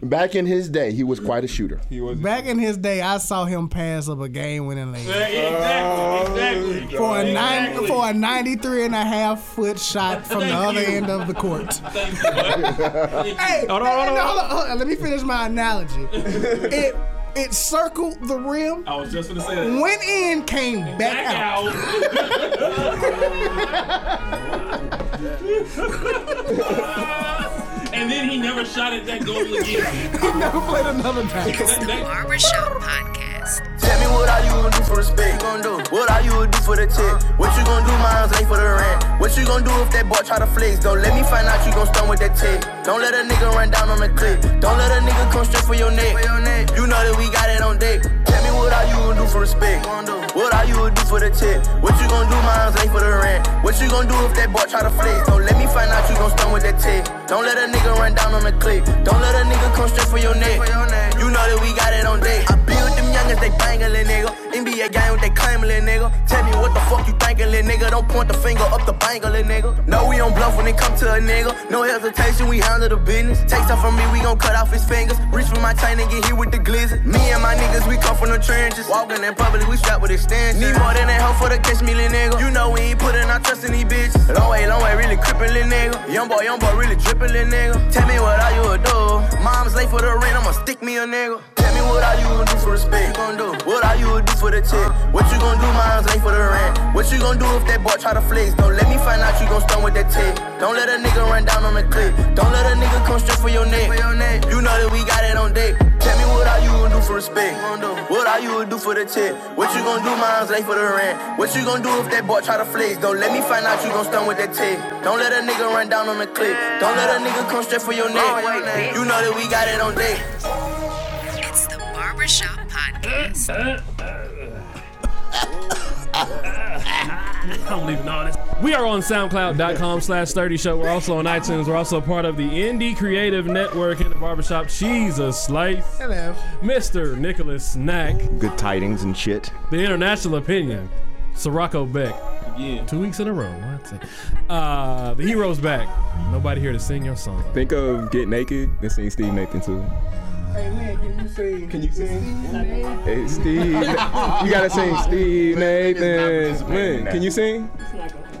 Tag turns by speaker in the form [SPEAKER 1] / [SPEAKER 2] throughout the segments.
[SPEAKER 1] Back in his day, he was quite a shooter.
[SPEAKER 2] He was
[SPEAKER 3] Back in his day, I saw him pass up a game winning lane.
[SPEAKER 2] Oh,
[SPEAKER 4] Exactly. Exactly.
[SPEAKER 3] For a, nine,
[SPEAKER 4] Exactly.
[SPEAKER 3] for a 93 and a half foot shot from the
[SPEAKER 4] Thank
[SPEAKER 3] other
[SPEAKER 4] you.
[SPEAKER 3] end of the court.
[SPEAKER 4] Thank you.
[SPEAKER 3] Hey, hey,
[SPEAKER 4] Hold on, hold on,
[SPEAKER 3] no,
[SPEAKER 4] hold on.
[SPEAKER 3] hold on, let me finish my analogy. it it circled the rim,
[SPEAKER 4] I was just gonna say that.
[SPEAKER 3] went in, came back
[SPEAKER 4] Back
[SPEAKER 3] out.
[SPEAKER 4] out. and then he never shot at that goal again.
[SPEAKER 3] He never played another time.
[SPEAKER 4] That- that-
[SPEAKER 5] Barbershop Podcast.
[SPEAKER 6] Tell me what are you gonna do for respect? Gonna do? Uh-huh. What are you gonna do for the check? What you gonna do? Mine's ain't for the rent. What you gonna do if that boy try to flex? Don't let me find out you gon' stunt with that tech. Don't let a nigga run down on the clip. Don't let a nigga come straight for your neck. You know that we got it on deck. Tell me what are you gonna do for respect? Gonna do? What are you gonna do for the check? What you gonna do? Mine's ain't for the rent. What you gonna do if that boy try to flex? Don't let me find out you gon' stunt with that tech. Don't let a nigga run down on the clip. Don't let a nigga come straight for your neck. You know that we got it on deck. I build them youngins, they bangin' little nigga. NBA game, they claim little nigga. Tell me what the fuck you thinkin', little nigga. Don't point the finger up the banger, little nigga. No, we don't bluff when it come to a nigga. No hesitation, we handle the business. Take something from me, we gon' cut off his fingers. Reach for my chain and get hit with the glizzy. Me and my niggas, we come from the trenches. Walkin' in public, we strapped with extensions. Need more than that hoe for the catch me, little nigga. You know we ain't puttin' our trust in these bitches. Long way, long way, really crippin', little nigga. Young boy, young boy, really drippin', little nigga. Tell me what are you a do? Mom's late for the rent, I'ma stick me a nigga. Tell me what are you gonna do for respect? Gonna do? What are you gonna do for the check? What you gonna do? Mine's late for the rent. What you gonna do if that boy try to flex? Don't let me find out you gon' stunt with that tech. Don't let a nigga run down on the clip. Don't let a nigga come straight for your neck. You know that we got it on deck. Tell me what are you gonna do for respect? Gonna do? What are you gonna do for the check? What you gonna do? Mine's late for the rent. What you gonna do if that boy try to flex? Don't let me find out you gon' stunt with that tech. Don't let a nigga run down on the clip. Don't let a nigga come straight for your neck. You know that we got it on deck.
[SPEAKER 5] It's the Barbershop Podcast.
[SPEAKER 4] I don't even know this. We are on SoundCloud.com slash 30 Show. We're also on iTunes. We're also part of the Indie Creative Network in the barbershop. Jesus Slice.
[SPEAKER 3] Hello.
[SPEAKER 4] Mr. Nicholas Snack.
[SPEAKER 7] Good tidings and shit.
[SPEAKER 4] The International Opinion. Sirocco Beck. Yeah. Two weeks in a row. What's it? Uh, the Heroes Back. Nobody here to sing your song.
[SPEAKER 2] Think of Get Naked and sing Steve Nathan too.
[SPEAKER 3] Hey, man, can you sing? Can you sing?
[SPEAKER 2] Hey, Steve. you gotta sing Steve Nathan.
[SPEAKER 7] participating in
[SPEAKER 2] When?
[SPEAKER 7] that.
[SPEAKER 2] Can you sing?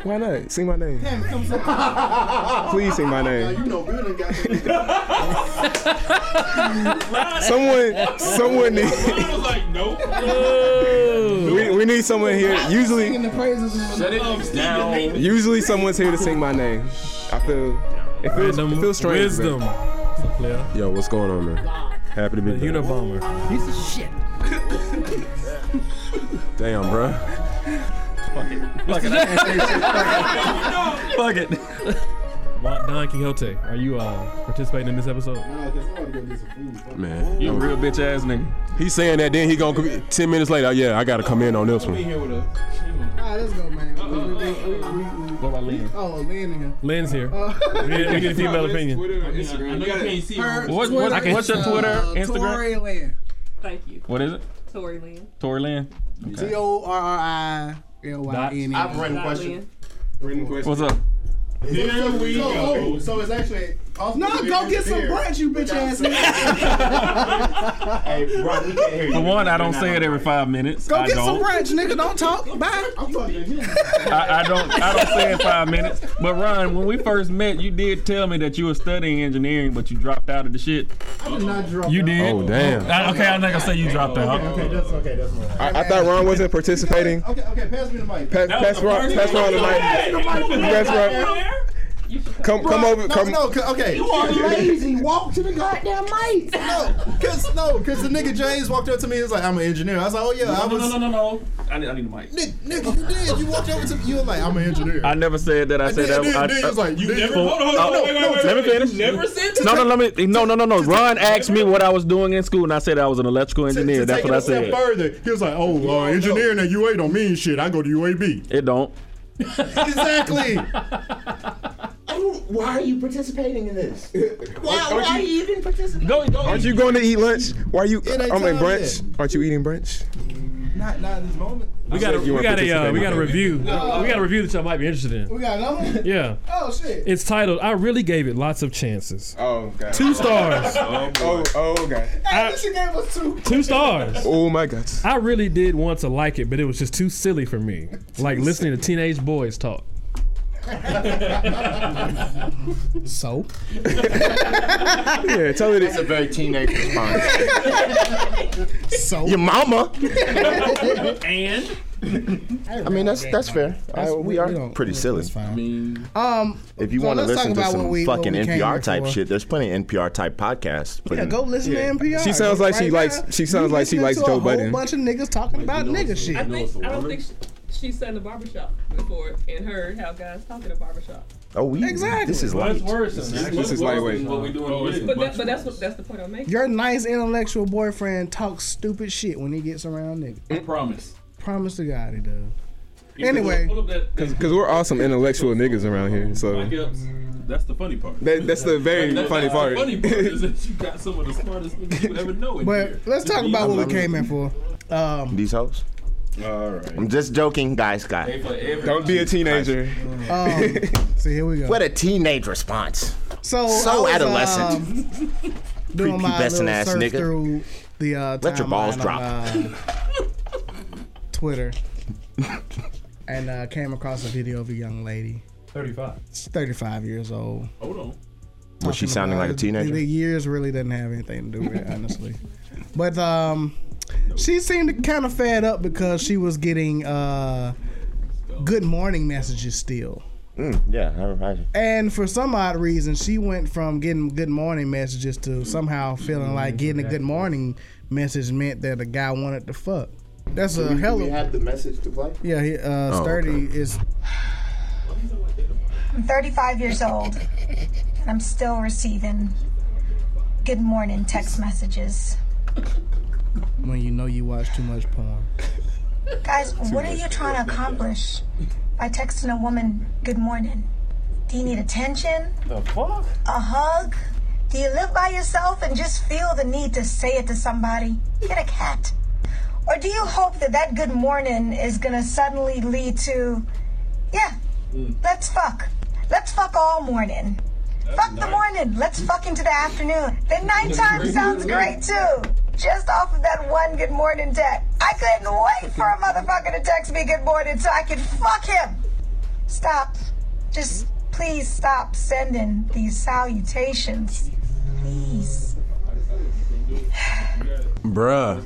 [SPEAKER 2] Why not? Sing my name. Please sing my name.
[SPEAKER 1] know, we done got
[SPEAKER 2] Someone, someone need,
[SPEAKER 4] was like, nope.
[SPEAKER 2] we, we need someone here.
[SPEAKER 3] Singing
[SPEAKER 2] Usually,
[SPEAKER 3] the praises of the
[SPEAKER 2] usually someone's here to sing my name. I feel, it feels, it feels strange. but-
[SPEAKER 4] Wisdom. Player.
[SPEAKER 8] Yo, what's going on, man? Happy to be
[SPEAKER 4] The
[SPEAKER 8] back.
[SPEAKER 4] Unabomber.
[SPEAKER 8] Damn, bruh.
[SPEAKER 7] Fuck it.
[SPEAKER 4] Don Don Quixote. Are you uh, participating in this episode?
[SPEAKER 8] Man,
[SPEAKER 7] You a real bitch ass nigga.
[SPEAKER 8] he's saying that. Then he gonna come- ten minutes later. Yeah, I gotta come in on this one.
[SPEAKER 3] All right, let's go, man. We- we- we- we- we-
[SPEAKER 7] What about Lynn?
[SPEAKER 3] Oh, Lynn here. Uh,
[SPEAKER 4] Lynn's here. we, need, we need a female opinion.
[SPEAKER 9] Instagram. You gotta-
[SPEAKER 4] can't see
[SPEAKER 3] Her
[SPEAKER 7] What- what-
[SPEAKER 3] Twitter
[SPEAKER 7] I can-
[SPEAKER 3] is,
[SPEAKER 7] what's your Twitter,
[SPEAKER 3] uh,
[SPEAKER 7] Instagram?
[SPEAKER 3] Tori Lynn.
[SPEAKER 9] Thank you,
[SPEAKER 7] What is it?
[SPEAKER 9] Tory Lynn.
[SPEAKER 7] Tori Lynn?
[SPEAKER 3] T O R R I L Y N
[SPEAKER 1] I've
[SPEAKER 3] E.
[SPEAKER 1] run
[SPEAKER 9] Not
[SPEAKER 1] question.
[SPEAKER 9] Lynn.
[SPEAKER 7] What's up?
[SPEAKER 1] Here we
[SPEAKER 3] oh,
[SPEAKER 1] go. So it's actually.
[SPEAKER 3] No, go get some brunch, you bitch ass nigga.
[SPEAKER 1] Hey, Rob, we can't hear you.
[SPEAKER 7] For one, I don't say it every five minutes.
[SPEAKER 3] Go
[SPEAKER 7] I
[SPEAKER 3] get some
[SPEAKER 7] don't.
[SPEAKER 3] brunch, nigga. Don't talk. Bye.
[SPEAKER 1] I'm talking to him.
[SPEAKER 7] I, I don't. I don't say it five minutes. But Ron, when we first met, you did tell me that you were studying engineering, but you dropped out of the shit. You did.
[SPEAKER 8] Oh damn.
[SPEAKER 7] I- okay, I'm not gonna say you dropped out.
[SPEAKER 1] Okay, that's okay. That's more.
[SPEAKER 2] I, I thought Ron wasn't participating.
[SPEAKER 1] Okay, okay, pass me the mic.
[SPEAKER 2] Pass, pass Ron, pass Ron the mic. Pass Ron. Come, come over.
[SPEAKER 1] No,
[SPEAKER 2] Come.
[SPEAKER 1] no, 'cause- okay. You are lazy. Walk to the goddamn mic. No, cause no, cause the nigga James walked up to me. He was like, "I'm an engineer." I was like, "Oh yeah, I was."
[SPEAKER 7] no, no, no. I need, I need a mic.
[SPEAKER 1] Nick, Nick, you did. You walked over to me. You were like, "I'm an engineer."
[SPEAKER 7] I never said that. I
[SPEAKER 1] and then,
[SPEAKER 7] said that.
[SPEAKER 1] and then,
[SPEAKER 7] I,
[SPEAKER 1] then he was like, "You never."
[SPEAKER 7] Full- oh, let me finish. no, no, let me. No, no, no, no. Ron asked me what I was doing in school, and I said I was an electrical engineer.
[SPEAKER 1] to
[SPEAKER 7] That's
[SPEAKER 1] take it
[SPEAKER 7] what I
[SPEAKER 1] a step
[SPEAKER 7] said.
[SPEAKER 1] Further, he was like, "Oh, uh, engineering at UA don't mean shit. I go to UAB."
[SPEAKER 7] It don't.
[SPEAKER 1] exactly.
[SPEAKER 3] Oh,
[SPEAKER 6] Why are you participating in this? Why, why are you even participating?
[SPEAKER 7] Go, go.
[SPEAKER 2] Aren't you going to eat lunch? Why are you?
[SPEAKER 1] ain't
[SPEAKER 2] I'm in
[SPEAKER 1] time
[SPEAKER 2] brunch. Aren't you eating brunch?
[SPEAKER 1] Not not in this moment.
[SPEAKER 4] We got a,
[SPEAKER 2] you
[SPEAKER 4] we
[SPEAKER 2] weren't
[SPEAKER 4] got a
[SPEAKER 2] participating,
[SPEAKER 4] uh, we got a
[SPEAKER 2] my
[SPEAKER 4] review. We got a review that y'all might be interested in.
[SPEAKER 3] We got another one?
[SPEAKER 4] Yeah,
[SPEAKER 3] Oh, shit.
[SPEAKER 4] it's titled "I Really Gave It Lots of Chances."
[SPEAKER 2] Oh god.
[SPEAKER 4] Two stars.
[SPEAKER 2] Oh, oh god.
[SPEAKER 3] Hey, this shit gave us two.
[SPEAKER 4] Two stars.
[SPEAKER 2] Oh my god.
[SPEAKER 4] I really did want to like it, but it was just too silly for me. Like listening to teenage boys talk.
[SPEAKER 3] So?
[SPEAKER 2] Yeah, tell me this.
[SPEAKER 10] It's a very teenage response.
[SPEAKER 3] So?
[SPEAKER 10] Your mama.
[SPEAKER 4] And
[SPEAKER 10] I mean, that's that's fair. I, we are
[SPEAKER 3] Uh, we don't-
[SPEAKER 10] pretty silly.
[SPEAKER 3] That's fine. um,
[SPEAKER 10] If you
[SPEAKER 3] So
[SPEAKER 10] want to
[SPEAKER 3] let's talk
[SPEAKER 10] listen to
[SPEAKER 3] about
[SPEAKER 10] some
[SPEAKER 3] what we- what
[SPEAKER 10] fucking
[SPEAKER 3] we came here
[SPEAKER 10] NPR type
[SPEAKER 3] for.
[SPEAKER 10] shit, there's plenty of NPR type podcasts. But
[SPEAKER 3] yeah, go listen to NPR.
[SPEAKER 2] She sounds like she
[SPEAKER 3] Right
[SPEAKER 2] likes-
[SPEAKER 3] now,
[SPEAKER 2] she sounds
[SPEAKER 3] you
[SPEAKER 2] like she
[SPEAKER 3] listening
[SPEAKER 2] likes
[SPEAKER 3] to a
[SPEAKER 2] Joe
[SPEAKER 3] whole
[SPEAKER 2] Budden.
[SPEAKER 3] bunch of niggas talking about nigga
[SPEAKER 9] I
[SPEAKER 3] shit.
[SPEAKER 9] think I don't think she, she sat in the barbershop before and heard how guys talk in a barbershop.
[SPEAKER 10] oh, we
[SPEAKER 3] Exactly.
[SPEAKER 10] This is
[SPEAKER 7] That's
[SPEAKER 10] light.
[SPEAKER 7] worse than that.
[SPEAKER 2] this is lightweight.
[SPEAKER 7] What we doing? with it.
[SPEAKER 9] But Oh, that, but that's what that's the point I'm making.
[SPEAKER 3] Your nice intellectual boyfriend talks stupid shit when he gets around niggas.
[SPEAKER 7] I promise.
[SPEAKER 3] Promise to God he does. Anyway.
[SPEAKER 7] Pull up that-
[SPEAKER 2] Cause, cause we're awesome intellectual niggas around here, so
[SPEAKER 7] Mike Epps, That's the funny part.
[SPEAKER 2] that, that's the very
[SPEAKER 7] That-
[SPEAKER 2] funny
[SPEAKER 7] that's
[SPEAKER 2] part.
[SPEAKER 7] The funny part is that you got some of the smartest niggas you ever know. In
[SPEAKER 3] But
[SPEAKER 7] here.
[SPEAKER 3] let's talk about what we came in for. Um,
[SPEAKER 10] These hoes.
[SPEAKER 2] All right.
[SPEAKER 10] I'm just joking, guys. Guys.
[SPEAKER 2] Don't be a teenager.
[SPEAKER 3] um, so here we go.
[SPEAKER 10] What a teenage response.
[SPEAKER 3] So, I
[SPEAKER 10] So
[SPEAKER 3] was,
[SPEAKER 10] adolescent.
[SPEAKER 3] um, doing my
[SPEAKER 10] Prepubescent
[SPEAKER 3] little
[SPEAKER 10] ass
[SPEAKER 3] search
[SPEAKER 10] nigga.
[SPEAKER 3] through the uh,
[SPEAKER 10] Let your
[SPEAKER 3] timeline
[SPEAKER 10] balls
[SPEAKER 3] on,
[SPEAKER 10] drop.
[SPEAKER 3] uh, Twitter, and uh, came across a video of a young lady,
[SPEAKER 4] 35.
[SPEAKER 3] She's 35 years old.
[SPEAKER 7] Hold on.
[SPEAKER 10] Was she
[SPEAKER 3] talking
[SPEAKER 10] sounding
[SPEAKER 3] about-
[SPEAKER 10] like a
[SPEAKER 3] The, the
[SPEAKER 10] teenager?
[SPEAKER 3] years really doesn't have anything to do with it, honestly. But um, she seemed kind of fed up because she was getting uh, good morning messages still.
[SPEAKER 10] Mm, yeah, I remember.
[SPEAKER 3] And for some odd reason, she went from getting good morning messages to somehow feeling like getting a good morning message meant that a guy wanted to fuck. That's
[SPEAKER 10] Mm-hmm.
[SPEAKER 3] a hell of
[SPEAKER 10] the message to play.
[SPEAKER 3] yeah. He, uh, Sturdy is
[SPEAKER 11] 35 years old, and I'm still receiving good morning text messages.
[SPEAKER 3] when you know you watch too much porn.
[SPEAKER 11] Guys, what are you trying to accomplish by texting a woman good morning? Do you need attention? The fuck? A hug? Do you live by yourself and just feel the need to say it to somebody? Get a cat. Or do you hope that that good morning is gonna suddenly lead to, yeah, let's fuck. Let's fuck all morning. Fuck the morning. Let's fuck into the afternoon. The nighttime sounds great too. Just off of that one good morning text. I couldn't wait for a motherfucker to text me good morning so I could fuck him. Stop. Just please stop sending these salutations. Please.
[SPEAKER 8] Bruh,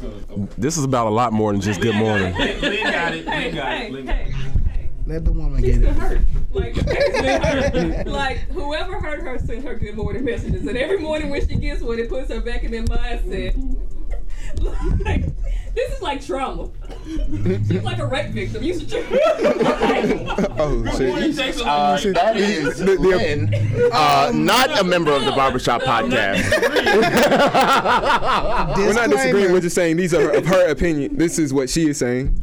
[SPEAKER 8] this is about a lot more than just good morning.
[SPEAKER 7] Lynn got it. Lynn got
[SPEAKER 9] Hey,
[SPEAKER 7] it. Lynn got it.
[SPEAKER 9] hey,
[SPEAKER 3] Let the woman get
[SPEAKER 9] it
[SPEAKER 3] it.
[SPEAKER 9] hurt. Like, it's like whoever heard her send her good morning messages, and every morning when she gets one, it puts her back in that mindset. like, this is like trauma. She's like a rape victim. You should. like,
[SPEAKER 2] Oh shit.
[SPEAKER 10] Uh, that is Lynn, uh, not a member of the Barbershop Podcast.
[SPEAKER 2] We're not disagreeing.
[SPEAKER 3] Disclaimer.
[SPEAKER 2] We're just saying these are her, of her opinion. This is what she is saying.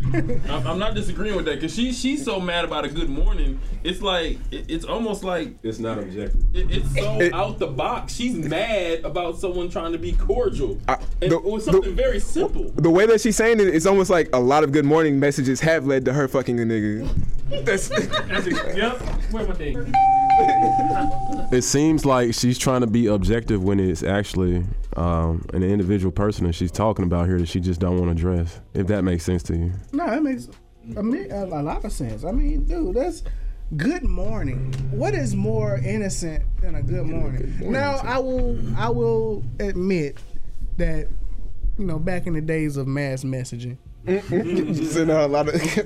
[SPEAKER 7] I'm, I'm not disagreeing with that because she she's so mad about a good morning. It's like it, it's almost like
[SPEAKER 8] It's not objective.
[SPEAKER 7] it, it's so
[SPEAKER 2] It-
[SPEAKER 7] out the box. She's mad about someone trying to be cordial.
[SPEAKER 2] I-
[SPEAKER 7] and
[SPEAKER 2] the-
[SPEAKER 7] it was something
[SPEAKER 2] the-
[SPEAKER 7] very simple.
[SPEAKER 2] The way that she's saying it, it's almost like a lot of good morning messages have led to her fucking a nigga. That's
[SPEAKER 4] Yep. Where my thing?
[SPEAKER 8] It seems like she's trying to be objective when it's actually um, an individual person that she's talking about here that she just don't want to address. If that makes sense to you.
[SPEAKER 3] No, that makes a, mi- a a lot of sense. I mean, dude, that's good morning. What is more innocent than a good morning? now, I will I will admit that you know back in the days of mass messaging,
[SPEAKER 2] sending her a lot of.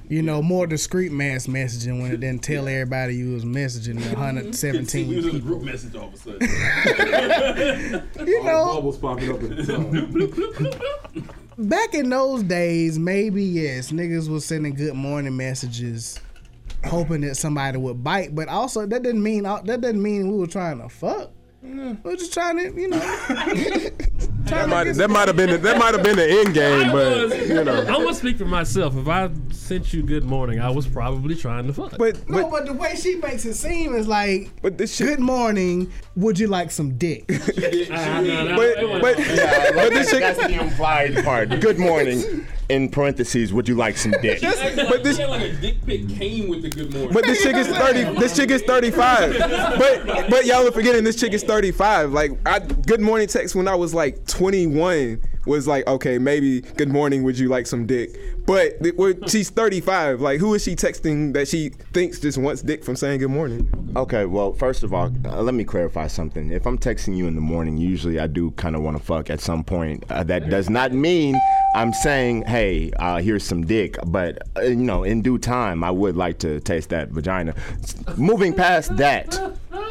[SPEAKER 3] you know more discreet mass messaging when it didn't tell everybody you was messaging the
[SPEAKER 7] See, we
[SPEAKER 3] 117
[SPEAKER 7] was in a
[SPEAKER 3] people.
[SPEAKER 7] group message all of a sudden.
[SPEAKER 3] You know,
[SPEAKER 8] popping up.
[SPEAKER 3] back in those days, maybe yes, niggas was sending good morning messages. Hoping that somebody would bite, but also that didn't mean uh, that didn't mean we were trying to fuck.
[SPEAKER 2] Mm.
[SPEAKER 3] We're just trying to, you know,
[SPEAKER 2] That might,
[SPEAKER 8] That might have been the, that might have been the end game, but you know.
[SPEAKER 4] I'm gonna speak for myself. If I sent you good morning, I was probably trying to fuck.
[SPEAKER 2] but
[SPEAKER 3] No,
[SPEAKER 2] but
[SPEAKER 3] but the way she makes it seem is like,
[SPEAKER 2] but this shit.
[SPEAKER 3] good morning, would you like some dick?
[SPEAKER 4] Nah, nah, nah,
[SPEAKER 2] But
[SPEAKER 4] it wasn't-
[SPEAKER 2] but but this shit.
[SPEAKER 10] That's the implied part. Good morning. in parentheses, would you like some dick?
[SPEAKER 7] She acts like, but this like a dick pic came with the good morning.
[SPEAKER 2] But this chick is thirty. This chick is thirty-five. But but y'all are forgetting this chick is thirty-five. Like I, good morning text when I was like twenty-one was like okay maybe good morning would you like some dick? But th- we're- she's thirty-five. Like who is she texting that she thinks just wants dick from saying good morning?
[SPEAKER 10] Okay, well, first of all, uh, let me clarify something. If I'm texting you in the morning, usually I do kind of want to fuck at some point. Uh, that does not mean I'm saying, hey, uh, here's some dick, but, uh, you know, in due time, I would like to taste that vagina. S- Moving past that,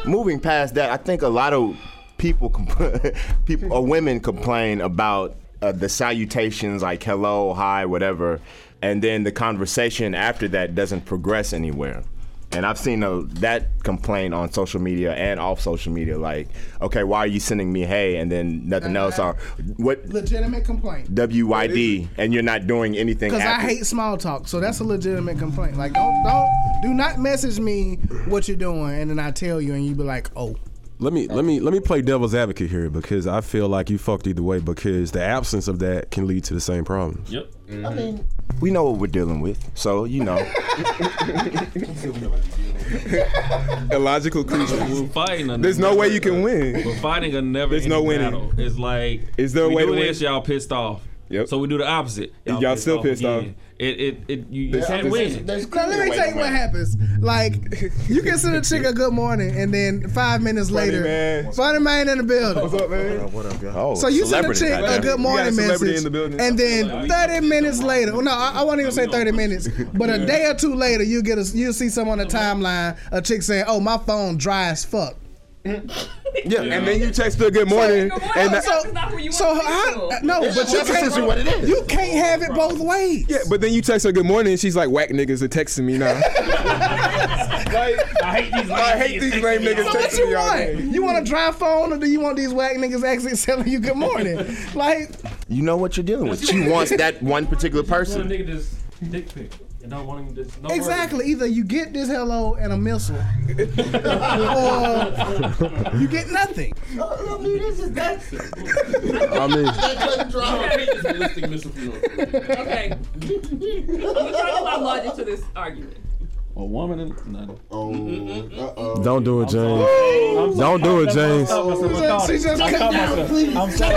[SPEAKER 10] moving past that, I think a lot of people, compl- people or women complain about uh, the salutations like hello, hi, whatever, and then the conversation after that doesn't progress anywhere. And I've seen a, that complaint on social media and off social media. Like, okay, why are you sending me hey and then nothing else?
[SPEAKER 3] Uh-huh.
[SPEAKER 10] Or what
[SPEAKER 3] Legitimate complaint.
[SPEAKER 10] WYD and you're not doing anything
[SPEAKER 3] Because I
[SPEAKER 10] after-
[SPEAKER 3] hate small talk, so that's a legitimate complaint. Like, don't, don't, do not message me what you're doing, and then I tell you, and you be like, oh.
[SPEAKER 8] Let me let me let me play devil's advocate here because I feel like you fucked either way because the absence of that can lead to the same problems.
[SPEAKER 7] Yep.
[SPEAKER 1] I mean,
[SPEAKER 10] We know what we're dealing with, so you know.
[SPEAKER 2] Illogical creature.
[SPEAKER 7] We're fighting. a-
[SPEAKER 2] There's no way you can win.
[SPEAKER 7] We're fighting a never.
[SPEAKER 2] There's no winning.
[SPEAKER 7] Battle. It's like
[SPEAKER 2] Is there a
[SPEAKER 7] we
[SPEAKER 2] way
[SPEAKER 7] do
[SPEAKER 2] to win?
[SPEAKER 7] this, Y'all pissed off.
[SPEAKER 2] Yep.
[SPEAKER 7] So we do the opposite.
[SPEAKER 2] Y'all still pissed off.
[SPEAKER 7] again. It it it you, you can't win.
[SPEAKER 3] Now, let me tell you what happens. Like, you can send a chick a good morning, and then five minutes later,
[SPEAKER 2] man.
[SPEAKER 3] funny man in the building.
[SPEAKER 2] What's up, man?
[SPEAKER 1] what up, y'all?
[SPEAKER 10] Oh,
[SPEAKER 3] So you send a
[SPEAKER 10] celebrity,
[SPEAKER 3] chick a
[SPEAKER 10] goddamn.
[SPEAKER 3] good morning
[SPEAKER 2] We got a celebrity
[SPEAKER 3] message,
[SPEAKER 2] in the building.
[SPEAKER 3] and then thirty minutes later, well, no, I, I won't even say thirty minutes, but a day or two later, you get a, you see someone on the timeline, a chick saying, "Oh, my phone dry as fuck."
[SPEAKER 2] Yeah, and then you text her good morning, and
[SPEAKER 9] And
[SPEAKER 2] that-
[SPEAKER 9] so, not where you
[SPEAKER 3] So
[SPEAKER 9] want
[SPEAKER 3] how,
[SPEAKER 9] to be.
[SPEAKER 3] no,
[SPEAKER 1] It's
[SPEAKER 3] but you
[SPEAKER 1] just- that's
[SPEAKER 3] can't,
[SPEAKER 1] essentially what it is.
[SPEAKER 3] you can't have it both ways.
[SPEAKER 2] yeah, but then you text her good morning, and she's like, "Whack niggas are texting me now."
[SPEAKER 7] I hate these.
[SPEAKER 2] I hate these lame
[SPEAKER 3] So
[SPEAKER 2] niggas
[SPEAKER 3] what
[SPEAKER 2] texting
[SPEAKER 3] you
[SPEAKER 2] me all
[SPEAKER 3] want?
[SPEAKER 2] day.
[SPEAKER 3] You want a dry phone, or do you want these whack niggas actually telling you good morning? Like,
[SPEAKER 10] You know what you're dealing with. She wants that one particular
[SPEAKER 4] Some
[SPEAKER 10] person.
[SPEAKER 4] nigga just dick pic. And don't want him to, no worries.
[SPEAKER 3] exactly. Either you get this hello and a missile, or you get nothing.
[SPEAKER 1] I mean, this is that.
[SPEAKER 8] I mean,
[SPEAKER 9] Okay. We're talking about logic to this argument.
[SPEAKER 7] A woman and no.
[SPEAKER 1] Oh,
[SPEAKER 2] Oh,
[SPEAKER 1] uh-oh.
[SPEAKER 8] don't do it, James. Don't do it, James.
[SPEAKER 3] She just
[SPEAKER 7] I
[SPEAKER 3] cut
[SPEAKER 7] caught
[SPEAKER 3] down,
[SPEAKER 7] myself.
[SPEAKER 3] please.
[SPEAKER 7] I'm sorry.